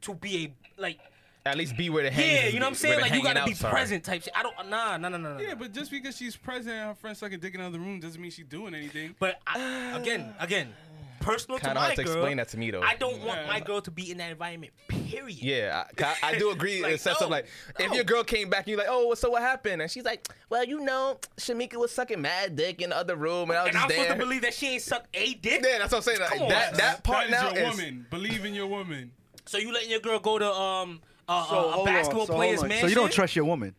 to be a, like,
At least be where the hang.
Yeah, you know what I'm saying? Like you gotta be
sorry.
present type shit. I don't nah nah nah nah. nah.
Yeah, but just because she's present and her friend sucking dick in another room doesn't mean she's doing anything.
But I, again, again, personal to
Kinda
my
hard to
girl.
explain that to me though.
I don't want my girl to be in that environment. Period.
Yeah, I, 'cause I I do agree.
Like,
it sets
no,
up like if
no.
your girl came back and you're like, oh, so what happened? And she's like, well, you know, Shamika was sucking mad dick in the other room, and I was
And
just
I'm
there.
supposed to believe that she ain't sucked a dick.
yeah, that's what I'm saying. Like,
Come on,
that
son.
that part
that
now
is your
is
woman. Believe in your woman.
So you letting your girl go to um uh,
So,
uh, a
hold on,
basketball
so,
player's
hold on.
man?
So you don't
shit?
trust your woman?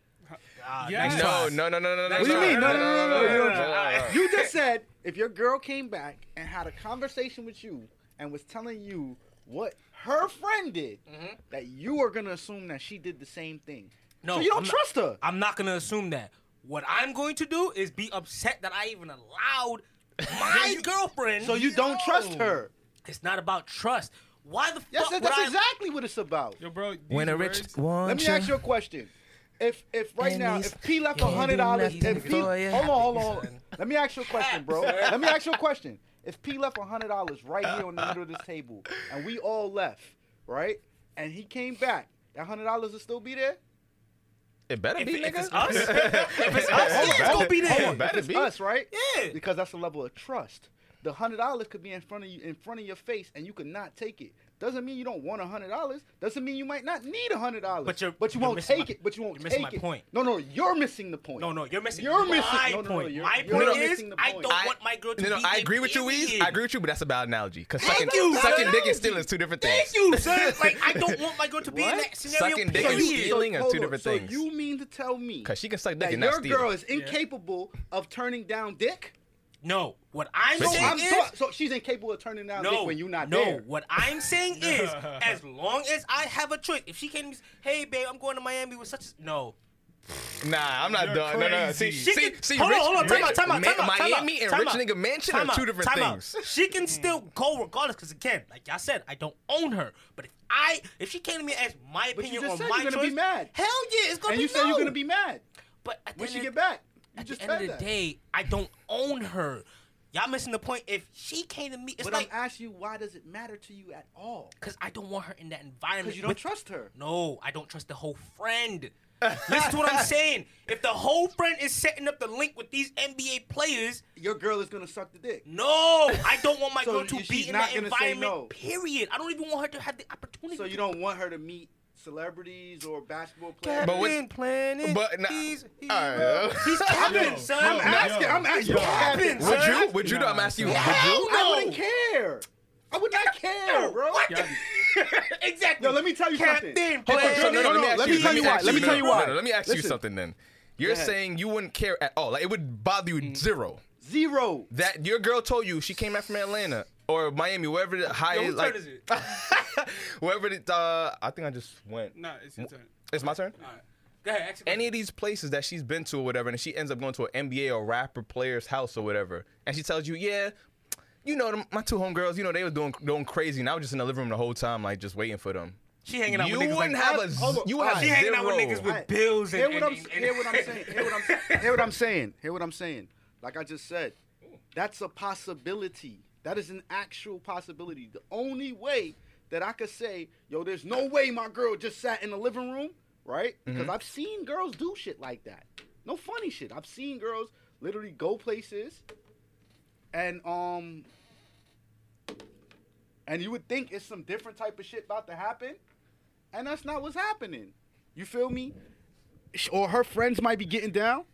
Ah,
Yeah.
next
no,
class.
no, no, no, no, no.
What do you
no,
mean? No, no, no, no, no, you don't-
no.
You just said if your girl came back and had a conversation with you and was telling you what her friend did, that you are gonna assume that she did the same thing.
No,
so you don't
I'm not-
trust her.
I'm not gonna assume that. What I'm going to do is be upset that I even allowed my girlfriend.
so you don't trust her.
It's not about trust. Why the
Yes,
fuck
that-
would
that's
I?
exactly what it's about.
Yo, bro. these
When a rich
words-
one.
Let me ask you a question. If if right now if P left a hundred dollars,
nothing
if P hold
for
on
you.
hold on, hold on. let me ask you a question, bro. Let me ask you a question. If P left a hundred dollars right here on the middle of this table, and we all left, right, and he came back, that hundred dollars will still be there.
It better
If,
be,
if
nigga.
it's us, if it's us,
Hold
yeah, it's
on.
gonna be there.
Hold on, better
It's
be.
us, right?
Yeah.
Because that's a level of trust. The hundred dollars could be in front of you, in front of your face, and you could not take it. Doesn't mean you don't want a hundred dollars. Doesn't mean you might not need a hundred dollars.
But you're-
but you
you're
won't
missing
take
my-
it. But you won't
you're missing
take
my
it.
point.
No, no, you're missing the point.
No, no, you're missing.
You're missing
my
no, no, no,
point.
you're-
my
you're
point is,
missing the
I
point.
don't want my girl to
No, no,
be
I
there,
agree with you, Weez.
period.
I agree with you, but that's a bad analogy. Because
Thank
sucking,
you,
sucking
sir.
dick and stealing is two different things.
Thank you, sir. Like I don't want my girl to be in that scenario.
Sucking dick
So
and
period.
you,
stealing
so,
are
hold
two
on,
different
so
things.
you mean to tell me
Because she can suck dick
that
and not
your
steal.
girl is incapable of turning down dick?
No, what I'm
No,
saying
I'm
is,
so, so she's incapable of turning down
no,
dick when you're not
no.
there.
What I'm saying is, as long as I have a choice, if she came, and said, hey babe, I'm going to Miami with such a no.
Nah, I'm not
You're
done. No, no, no. See,
crazy.
She
see,
can,
see,
hold
rich,
on, hold on, time
rich,
out, time out, time out, time out,
Miami
time
and rich
out,
nigga mansion
time
are two
out,
different
time out.
things.
She can still go regardless, because again, like I said, I don't own her. But if I, if she came to me as my
But you
opinion
just
on
said
my
you're gonna
choice,
be mad.
hell yeah, it's gonna
and
be
you say
no.
you're gonna be mad
But at the
when
end
she
of-
get back. You
at
just
the end of
said
the
that.
day, I don't own her. Y'all missing the point. If she came to me, it's
But
like
I'm asking you, why does it matter to you at all?
because I don't want her in that environment.
Because you don't
with-
trust her.
No, I don't trust the whole friend. Listen to what I'm saying. If the whole friend is setting up the link with these NBA players,
Your girl is gonna suck the dick.
no, I don't want my
So
girl to
you- she's
be in
not
that
gonna say
environment.
no.
Period. I don't even want her to have the opportunity.
So you
to-
don't want her to meet celebrities or basketball players.
But what-
Captain Planet,
but nah-
he's he's,
All right.
he's
Yo,
Captain, son.
I'm
yo,
asking. I'm asking.
yo.
What happened?
What
Would
Sir?
you? Would you? do? I'm asking you. Would you?
Hell
I
no.
wouldn't care. I would not care, bro.
What?
Y'all-
exactly.
Yo, let me tell you
Captain
something.
Hold
Planet.
on, so- no, no,
no,
let
let
me
me
ask
tell you why,
ask
let me
no,
tell you
no,
why.
no, no, Let me ask you
Listen.
something then. You're
ahead.
saying you wouldn't care at all. Like it would bother you zero
Zero.
that your girl told you she came back from Atlanta or Miami, wherever the high
Yo, whose
like,
turn is it?
wherever the uh, I think I just went.
Nah, it's your turn.
It's my turn.
Go ahead, ask your
any of these places that she's been to or whatever, and she ends up going to an NBA or rapper player's house or whatever, and she tells you, yeah, you know, them, my two homegirls, you know, they were doing doing crazy, and I was just in the living room the whole time, like just waiting for them.
She hanging out
you
with niggas like
wouldn't have a,
that. Oh,
z-
Hold on.
you would have
She
zero.
hanging out with niggas with-
Alright,
bills and-
hear what I'm
and- and-
hear what I'm saying. Hear what I'm hear what I'm saying. Hear what I'm saying. Like I just said, that's a possibility. That is an actual possibility. The only way that I could say, yo, there's no way my girl just sat in the living room, right?
Mm-hmm.
Because I've seen girls do shit like that. No funny shit. I've seen girls literally go places and um and you would think it's some different type of shit about to happen, and that's not what's happening. You feel me? Sh- Or her friends might be getting down.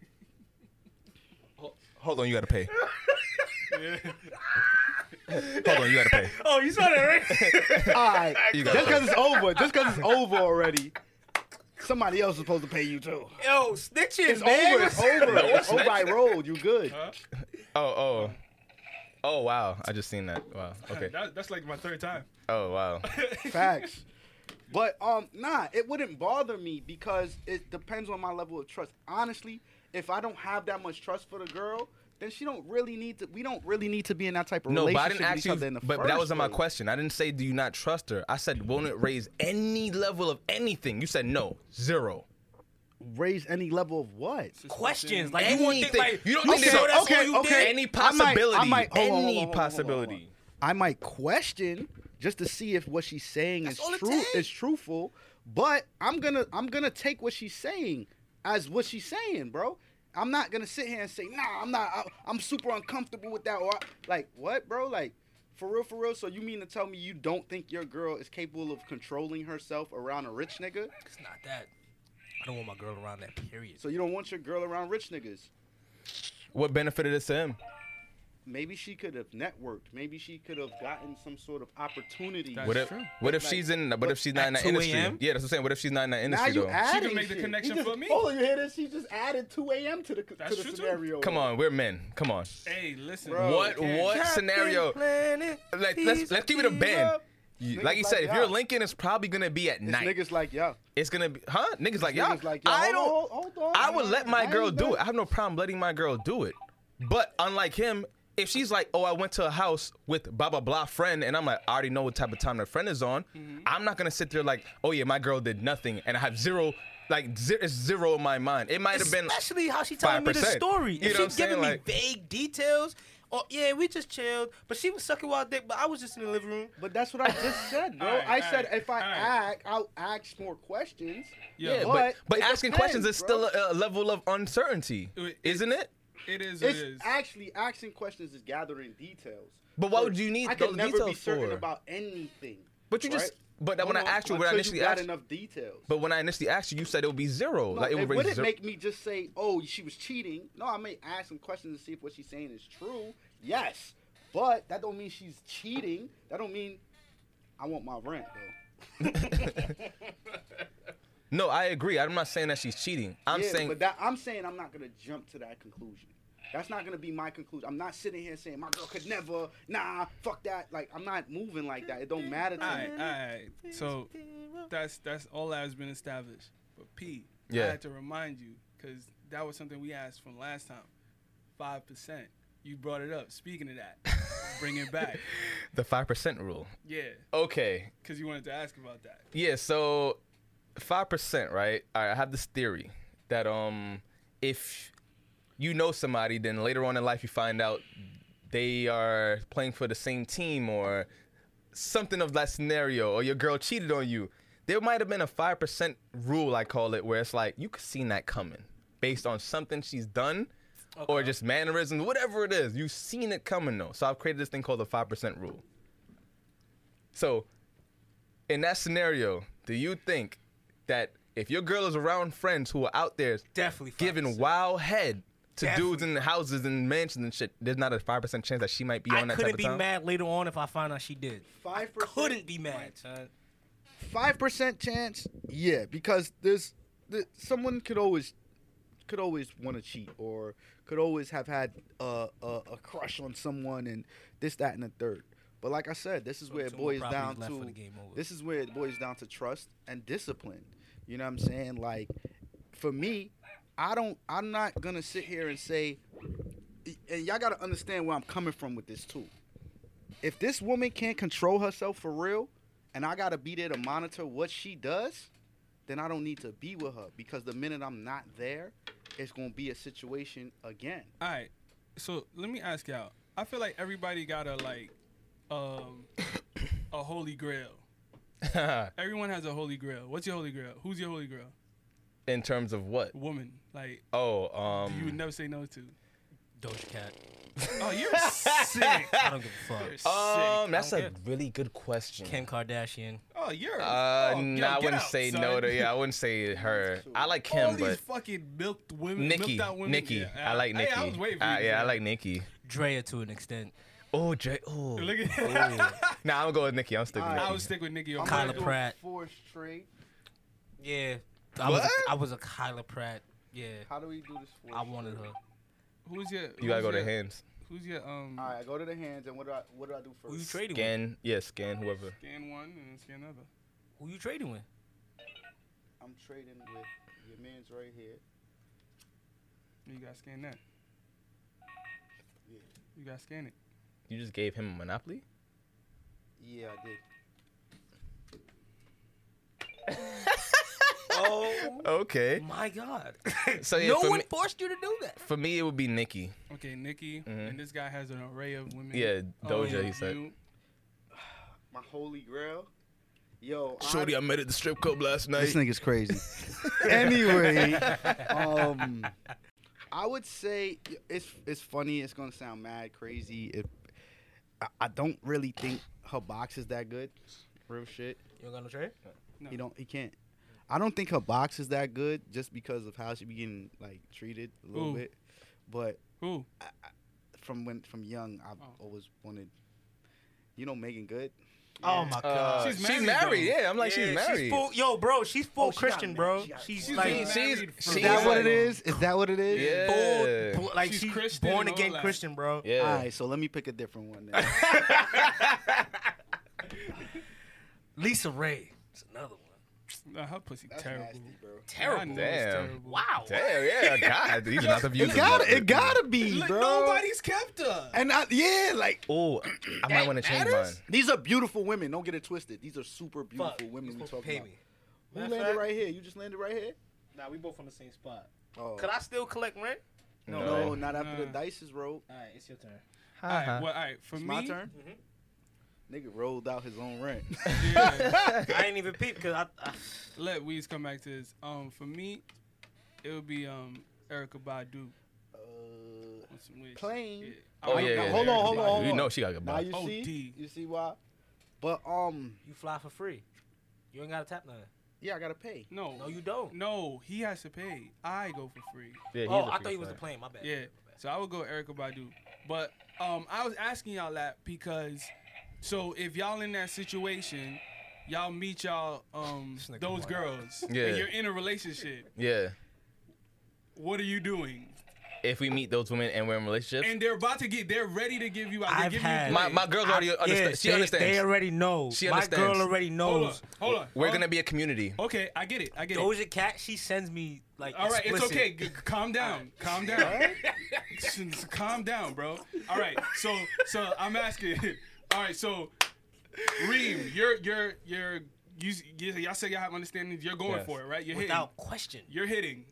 Hold on, you gotta pay. Hold on, you gotta pay.
Oh, you saw that, right?
All right,
You
just
gotta
because it's over, just because it's over already, somebody else is supposed to pay you too.
Yo, snitching,
It's
man.
over. It's over. It's over. I rolled. You good?
Oh, oh, oh, wow! I just seen that. Wow. Okay.
That, that's like my third time.
Oh, wow.
Facts. But um, nah, it wouldn't bother me because it depends on my level of trust. Honestly, if I don't have that much trust for the girl, then she don't really need to. We don't really need to be in that type of
No, but I didn't
relationship with
ask
each
you.
other in the
But but that
first
wasn't my
place.
question. I didn't say do you not trust her. I said won't it raise any level of anything? You said no, zero.
raise any level of what?
Questions like you won't think
Anything.
like
You don't think
you
so.
know that's
Okay,
all you
okay.
did.
Any
I might-
possibility.
I might- hold on, hold
any
on, hold on, hold on, hold on.
possibility.
I might question just to see if what she's saying
That's all
is
it
true
takes.
is truthful, But I'm gonna I'm gonna take what she's saying as what she's saying, bro. I'm not gonna sit here and say, nah, I'm not. I, I'm super uncomfortable with that. Or I- like, what, bro? Like, for real, for real. So you mean to tell me you don't think your girl is capable of controlling herself around a rich nigga?
It's not that. I don't want my girl around that. Period.
So you don't want your girl around rich niggas?
What benefited this to him?
Maybe she could have networked. Maybe she could have gotten some sort of opportunity.
That's
What if
true.
what if
Like,
she's in what if she's not in
at
that
2
industry?
a.m.?
Yeah, that's what I'm saying. What if she's not in that
Now
industry
you
though?
adding
make the
shit.
connection
He just-
for me.
Oh, you hear this? She just added 2 a.m. to the
That's
to
true,
the
too.
scenario.
Come on, we're men. Come on.
Hey, listen.
Bro.
what
okay.
what scenario? Like let's let's keep it a band. You-
Niggas
Like you said,
like
if you're
y'all.
Lincoln, it's probably gonna be at
It's
night.
niggas like yeah.
It's gonna be huh? Niggas like y'all.
Niggas like y'all.
I
Hold
don't.
on, hold on,
I would
man.
let my
I
girl
ain't
do
done.
it. I have no problem letting my girl do it. But unlike him, if she's like, "Oh, I went to a house with blah blah blah friend," and I'm like, "I already know what type of time their friend is on,"
Mm-hmm.
I'm not gonna sit there like, "Oh yeah, my girl did nothing," and I have zero, like, ze- it's zero in my mind. It might have been
Especially how she telling me the
5%.
story.
You know
If
what I'm
she's giving
saying?
me
Like-
vague details. Or yeah, we just chilled, but she was sucking wild dick, but I was just in the living room.
But that's what I just said, bro.
All right,
I
all
said
right,
if I
all right.
act, I'll ask more questions.
yeah,
Yeah,
but but
it
asking
depends,
questions is
bro.
still a, a level of uncertainty,
It- it-
isn't it?
it is. It
It's
is.
actually asking questions is gathering details.
But why
So
would you need
I can
those
never be
details
certain
for?
about anything.
But you just-
right?
but that when
Hold
I
on,
asked you, when I
until
initially
you got
asked-
enough details.
But when I initially asked you, you said it would be zero.
No,
like it
it
would raise
wouldn't
zero.
make me just say, "Oh, she was cheating." No, I may ask some questions to see if what she's saying is true. Yes, but that don't mean she's cheating. That don't mean I want my rent though.
No, I agree. I'm not saying that she's cheating. I'm
yeah,
saying
but that, I'm saying I'm not gonna jump to that conclusion. That's not gonna be my conclusion. I'm not sitting here saying my girl could never. Nah, fuck that. Like I'm not moving like that. It don't matter to
All
me.
right, all
uh,
right. So that's that's all that has been established. But P, I
Yeah.
had to remind you because that was something we asked from last time. Five percent. You brought it up. Speaking of that, bring it back.
the five percent rule.
Yeah,
Okay.
because you wanted to ask about that.
Yeah. So five percent, right? All right. I have this theory that um, if you know somebody, then later on in life you find out they are playing for the same team or something of that scenario, or your girl cheated on you. There might have been a five percent rule, I call it, where it's like you could seen that coming based on something she's done. Or just mannerisms, whatever it is, you've seen it coming though. So I've created this thing called the five percent rule. So, in that scenario, do you think that if your girl is around friends who are out there
Definitely
giving
5%.
wild head to dudes
Definitely.
in houses and mansions and shit, there's not a five percent chance that she might be
I
on that type
couldn't
of
be
time?
mad later on if I find out she did.
Five percent.
Couldn't be mad. son.
five percent chance. Yeah, because there's the, someone could always could always want to cheat or could always have had a, a, a crush on someone and this that and the third. But like I said, this is where it
two more
boils
properties
down
left for the
to
game over.
this is where it boils down to trust and discipline. You know what I'm saying? Like for me, I don't I'm not gonna sit here and say and y'all gotta understand where I'm coming from with this too if this woman can't control herself for real and I gotta be there to monitor what she does, then I don't need to be with her because the minute I'm not there, it's gonna be a situation again.
All right. So let me ask y'all. I feel like everybody got a like, um, a holy grail. Everyone has a holy grail. What's your holy grail? Who's your holy grail?
in terms of what?
Woman. Like
Oh,
you would
um,
never say no to.
Doja Cat.
Oh, you're sick.
I don't give a fuck.
You're sick.
um, that's
I
a
don't
really good question.
Kim Kardashian.
Oh, you're.
uh,
oh, yo,
nah, I
get
wouldn't
out,
say
son.
no to. Yeah, I wouldn't say her. I like
All
Kim,
these
but
fucking milked women,
Nikki,
milked out women.
Nikki,
Yeah,
I like
hey,
Nikki.
I was waiting for you
Uh,
to
yeah,
say
I
that.
like Nikki.
Drea to an extent.
Oh, Dre. Oh,
Look at
nah, I'm gonna go with Nikki. I'm sticking. with
I
Nikki.
would stick with Nikki. over
Kyla
Drake.
Pratt.
Force trade.
Yeah. I was,
What?
a, I was a Kyla Pratt. Yeah.
How do we do this? Force
I wanted her.
Who's your?
You gotta
who's
go to
your-
hands.
Who's your um?
All right, I go to the hands and what do I what do I do
Who you
first?
trading with?
Scan, yeah, scan whoever.
Scan one and then scan another.
Who you trading with?
I'm trading with your man's right here.
You gotta scan that.
Yeah.
You gotta scan it.
You just gave him a monopoly.
Yeah, I did.
Oh
Okay.
my God.
So yeah,
no
for,
one
me,
forced you to do that.
for me it would be Nikki.
Okay, Nikki, and this guy has an array of women.
Mm-hmm. Yeah,
Oh,
Doja. he said.
you-
My holy grail. Yo, I-
Shorty, I met at the strip club last night.
This nigga's crazy.
anyway, um, I would say it's it's funny. It's gonna sound mad crazy. It, I, I don't really think her box is that good. Real shit.
You don't got no trade?
He don't. He can't. I don't think her box is that good just because of how she be getting like treated a little
Who?
bit. But
Who?
from when from young, I've
Oh.
always wanted. You know, Megan Good.
Oh my
Uh,
god.
she's
She's
married.
married, though.
yeah, I'm like, she's
Yeah,
married.
full, yo, bro, she's full
Oh, she got
Christian,
married.
bro.
She got-
she's
She's
like
been
she's-
married
she's
for
Is
She's
a
that
long
what
like-
it is? Is that what it is?
Yeah.
full, bl- like
She's
she's,
Christian
born
and all
again
that.
Christian, bro.
yeah.
All right, so let me pick a different one. Then.
Lisa Ray. It's another one.
Nah, her pussy terrible.
bro.
Terrible.
Damn.
terrible.
Wow.
Damn, yeah, God, these are not the views.
It gotta, it gotta be,
Look,
bro.
nobody's kept her.
And I, yeah, like
Oh, I might want to change mine.
matters?
these are beautiful women. Don't get it twisted. These are super beautiful
Fuck.
women.
You
We
supposed to
talking
pay
about.
me.
Who
Matter of
landed
fact-
right here? You just landed right here.
Nah, we both on the same spot.
Oh.
Could I still collect rent?
No, not after the
Nah.
dice is rolled.
All right, it's your turn.
All right,
Uh-huh.
well, all right. For
It's
me,
my turn. Nigga rolled out his own rent.
Yeah,
I ain't even peep because I, I.
let Weez come back to this. Um, for me, it would be um Erica Badu.
uh,
on some weird shit.
Plain.
Yeah.
Oh,
I-
yeah,
now,
yeah,
hold
there
on,
it
hold
is.
on, hold
You
on.
know she got a
now
body.
you see,
OD.
you see why? But um,
You fly for free. You ain't got to tap nothing.
yeah, I gotta pay.
No,
No, you don't.
No, he has to pay. I go for free.
Yeah, he's
oh,
a
I
freak
thought you was
fan.
the plane. My bad.
Yeah. So I would go Erica Badu. But um, I was asking y'all that because, so if y'all in that situation, y'all meet y'all um
nigga
those
wild.
girls,
Yeah.
and you're in a relationship.
Yeah,
What are you doing?
if we meet those women and we're in relationships,
And they're about to get. They're ready to give you. out. They
I've
give
had
You
my, my girl's already
Yeah,
understands. She
they,
understands.
They already know.
She
My
understands.
girl already
hold on.
knows.
Hold on.
we're
hold
gonna
on.
be a community.
Okay, I get it. I get it.
Doja Cat, she sends me like.
All right, it's
explicit-
okay. G- calm down. Calm down. Just calm down, bro. All right. So so I'm asking. All right. So Reem, you're you're you're you you- y'all say y'all have understandings. You're going
Yes.
for it, right? You're
Without question.
hitting. You're hitting.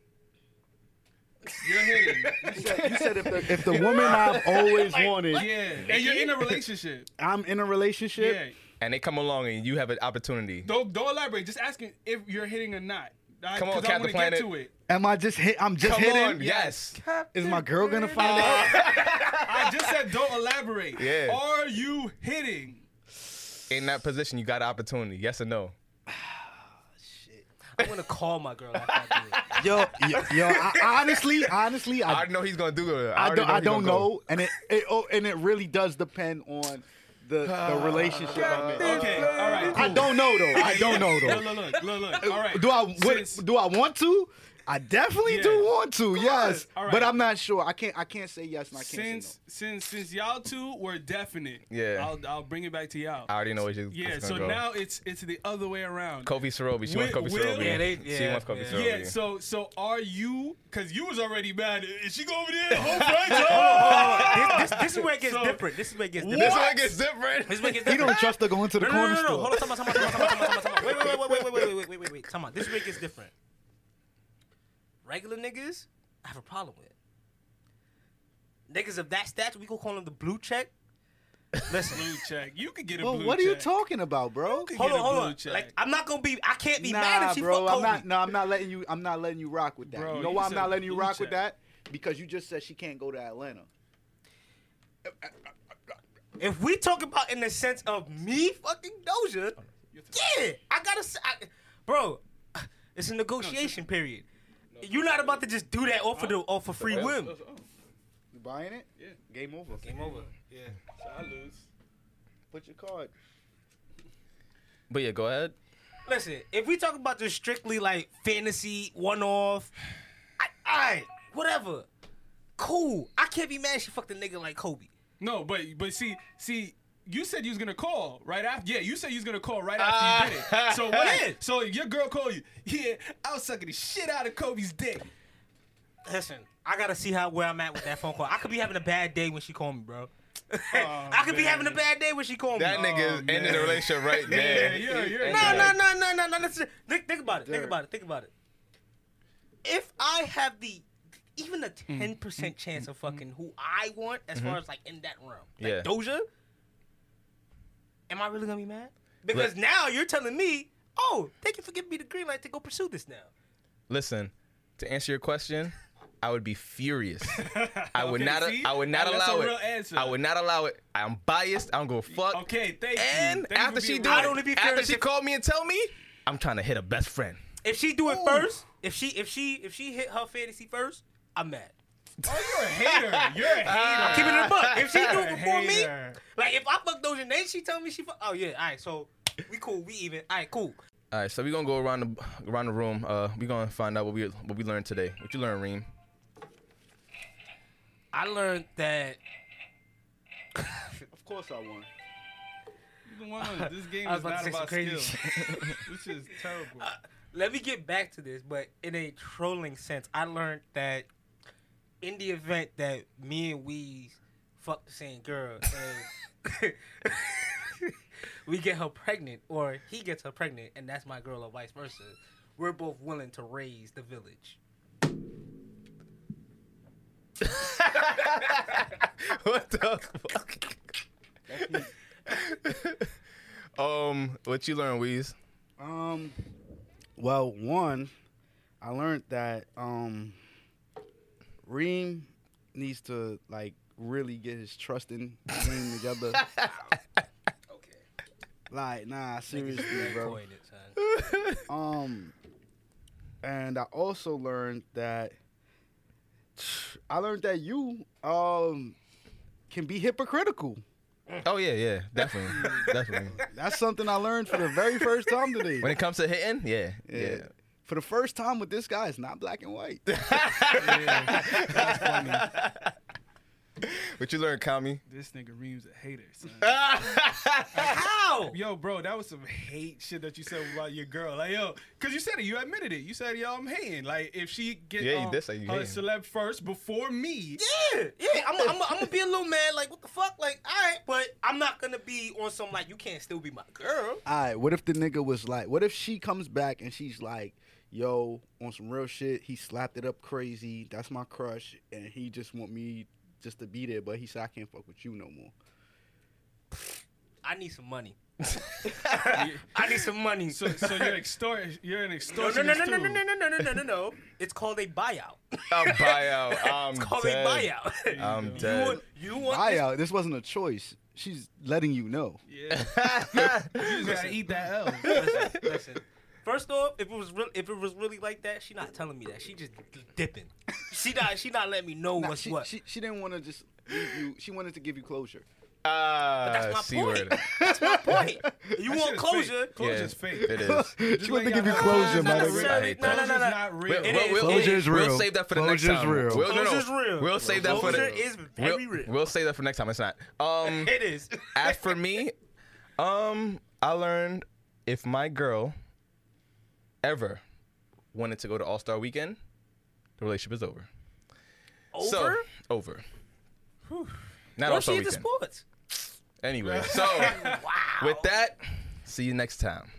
You're hitting.
You said if the, if the woman I've always wanted,
yeah. And you're in a relationship.
I'm in a relationship.
Yeah.
And they come along and you have an opportunity.
Don't don't elaborate. Just asking if you're hitting or not. I,
Come on,
'cause I
Captain
wanna
Planet.
Get to it.
Am I just hit? I'm just
Come
hitting.
on, yes.
Is my girl gonna find out?
I just said don't elaborate.
Yeah.
Are you hitting?
In that position, you got an opportunity. Yes or no?
I'm gonna call my girl. After I do it.
yo, yo, yo I, honestly, honestly,
I
I,
already know he's gonna do it.
I,
already
don't, I
he gonna
don't
go.
know, and it, it, oh, and it really does depend on the, the relationship I'm in.
Uh,
Okay. All right.
I don't know though. I don't know
Look,
though.
look, look, look, look. All right.
Uh, Do I would,
Since-
do I want to? I definitely do
Yeah.
want to. yes,
All right.
but I'm not sure. I can't. I can't say yes, and I can't
since
say
since since y'all two were definite,
Yeah.
I'll I'll bring it back to y'all.
I already know what you.
yeah,
it's
so
gonna go.
now it's it's the other way around.
Kofi Sorobi. She wants
Will-
Kofi
Will-
Sorobi.
Yeah, they-
she
yeah,
wants Kofi
yeah.
Sorobi.
yeah, so so are you? Cause you was already mad. Is she going over there? Whole bunch.
this, this, this is where it gets
So-
different. This is where it gets different.
this one gets different.
This is where it gets
no. You
different.
don't trust her going to the
No, no,
corner
no, no, no.
store.
Hold on, time out, time out, time out, time out, time out, time out. Wait, wait, wait, wait, wait, wait, wait, wait, wait, wait. Time out. This week is different. Regular niggas, I have a problem with. Niggas of that stature, we gonna call them the blue check. Listen,
blue check. You could get a
Well,
blue
what are
check.
you talking about, bro?
You could
hold on,
get a
hold
blue
on.
check.
Like, I'm not gonna be. I can't be mad
Nah,
if she
bro.
fuck
I'm
Kobe.
not. No, I'm not letting you. I'm not letting you rock with that.
Bro,
you know
you
why I'm
said
not letting you
blue
rock with
check.
that? Because you just said she can't go to Atlanta.
If we talk about in the sense of me fucking Doja, yeah, I gotta, s- I, bro, it's a negotiation period. You're not about to just do that off of the off of free whim.
You buying it? Yeah. Game over.
Game over. Yeah.
So I lose.
Put your card.
But yeah, go ahead.
Listen, if we talk about just strictly like fantasy one off, I, I whatever, cool. I can't be mad she fucked a nigga like Kobe.
No, but but see see. You said you was gonna call right after. Yeah, you said you was gonna call right after you did
Ah.
it. So what?
Yeah.
If, so your girl called you. Yeah, I was sucking the shit out of Kobe's dick.
Listen, I gotta see how where I'm at with that phone call. I could be having a bad day when she called me, bro. I could be
man.
having a bad day when she called
That
me.
nigga is ending the relationship right there.
Yeah, yeah, yeah.
No, no, no, no, no, no. Listen, think, think about it. Think
Dirt.
about it. Think about it. If I have the even a ten percent chance of fucking who I want, as far as like in that realm, like
Yeah.
Doja, am I really gonna be mad? Because now you're telling me, oh, thank you for giving me the green light to go pursue this now.
Listen, to answer your question, I would be furious. I would not.
see?
I would not
Now that's a
allow it.
real answer.
I would not allow it. I'm biased. I don't go fuck.
Okay, thank you.
And
Thank you
after
for
she
being
do
real.
it,
I'd only be
after
furious
she
if-
called me and tell me, I'm trying to hit a best friend.
If she do it first, if she if she if she hit her fantasy first, I'm mad.
Oh, you're a hater. You're a hater.
I'm keeping it a buck. If she do it before me,
Hater.
like if I fuck Doja Nate, she tell me she fuck. Oh yeah, all right. So we cool. We even. All right, cool.
All right, so we're gonna go around the around the room. Uh, we're gonna find out what we what we learned today. What you learned, Reem?
I learned that
Of course I won.
You the one. This game
I was
is
about to say
not
some
about
crazy
skill.
shit. Uh,
this is terrible.
Let me get back to this, but in a trolling sense, I learned that in the event that me and we fuck the same girl and we get her pregnant or he gets her pregnant and that's my girl or vice versa, we're both willing to raise the village.
what the fuck? um, what you learned, Weez?
Um, well, one, I learned that um, Reem needs to like really get his trust in Reem together.
Okay.
Like, nah, seriously, bro.
Coin it, son.
Um, and I also learned that I learned that you um can be hypocritical.
Oh yeah, yeah, definitely, definitely.
That's something I learned for the very first time today.
When it comes to hitting, yeah, yeah.
Yeah. For the first time with this guy, it's not black and white.
What you learned, Kami?
This nigga Reem's a hater, son.
Uh, How?
Yo, bro, that was some hate shit that you said about your girl. Like, yo, because you said it, you admitted it. You said, yo, I'm hating. Like, if she get
Yeah, you
um,
did say you
her
hating.
celeb first before me,
Yeah, yeah. I'm gonna I'm I'm be a little mad, like, what the fuck? Like, all right, but I'm not gonna be on some, like, you can't still be my girl.
All right, what if the nigga was like, what if she comes back and she's like, yo, on some real shit, he slapped it up crazy. That's my crush, and he just want me just to be there, but he said I can't fuck with you no more.
I need some money. I need some money.
so so you're extort, you're an
no, no, no,
extortionist
no, no,
too.
no, no, no, no, no, no, no. It's called a buyout.
A buyout. I'm
It's called
dead.
a buyout.
I'm
you
dead.
want, you want this-
Buyout. This wasn't a choice. She's letting you know.
Yeah, you just gotta eat that L.
Listen, listen. First off, if it was real, if it was really like that, she not telling me that. She just dipping. She not, she not letting me know
Nah,
what's
she,
what.
She, she didn't want to just leave you. She wanted to give you closure.
Ah,
that's my
C word.
point. That's my point. You
That shit
want
is
closure?
Fake. Closure's
Yeah,
fake.
It is.
she wanted to
like
give you
y'all-
closure,
It's
my
not
nigga.
necessarily.
Wait,
No, no, no,
Closure's
no.
not real.
We'll,
It
we'll,
is.
we'll,
Closure
we'll,
is
real.
save that for the
Closure
next
is
time.
real.
We'll, no, no.
Closure is real.
We'll save that for
Closure
the.
is very
we'll,
real.
We'll save that for next time. It's not. Um,
It is.
as for me, um, I learned if my girl ever wanted to go to All Star Weekend, the relationship is over.
Over?
So, over. Not
Well,
All Star
she's the
Weekend.
sports.
Anyway, so
Wow.
with that, see you next time.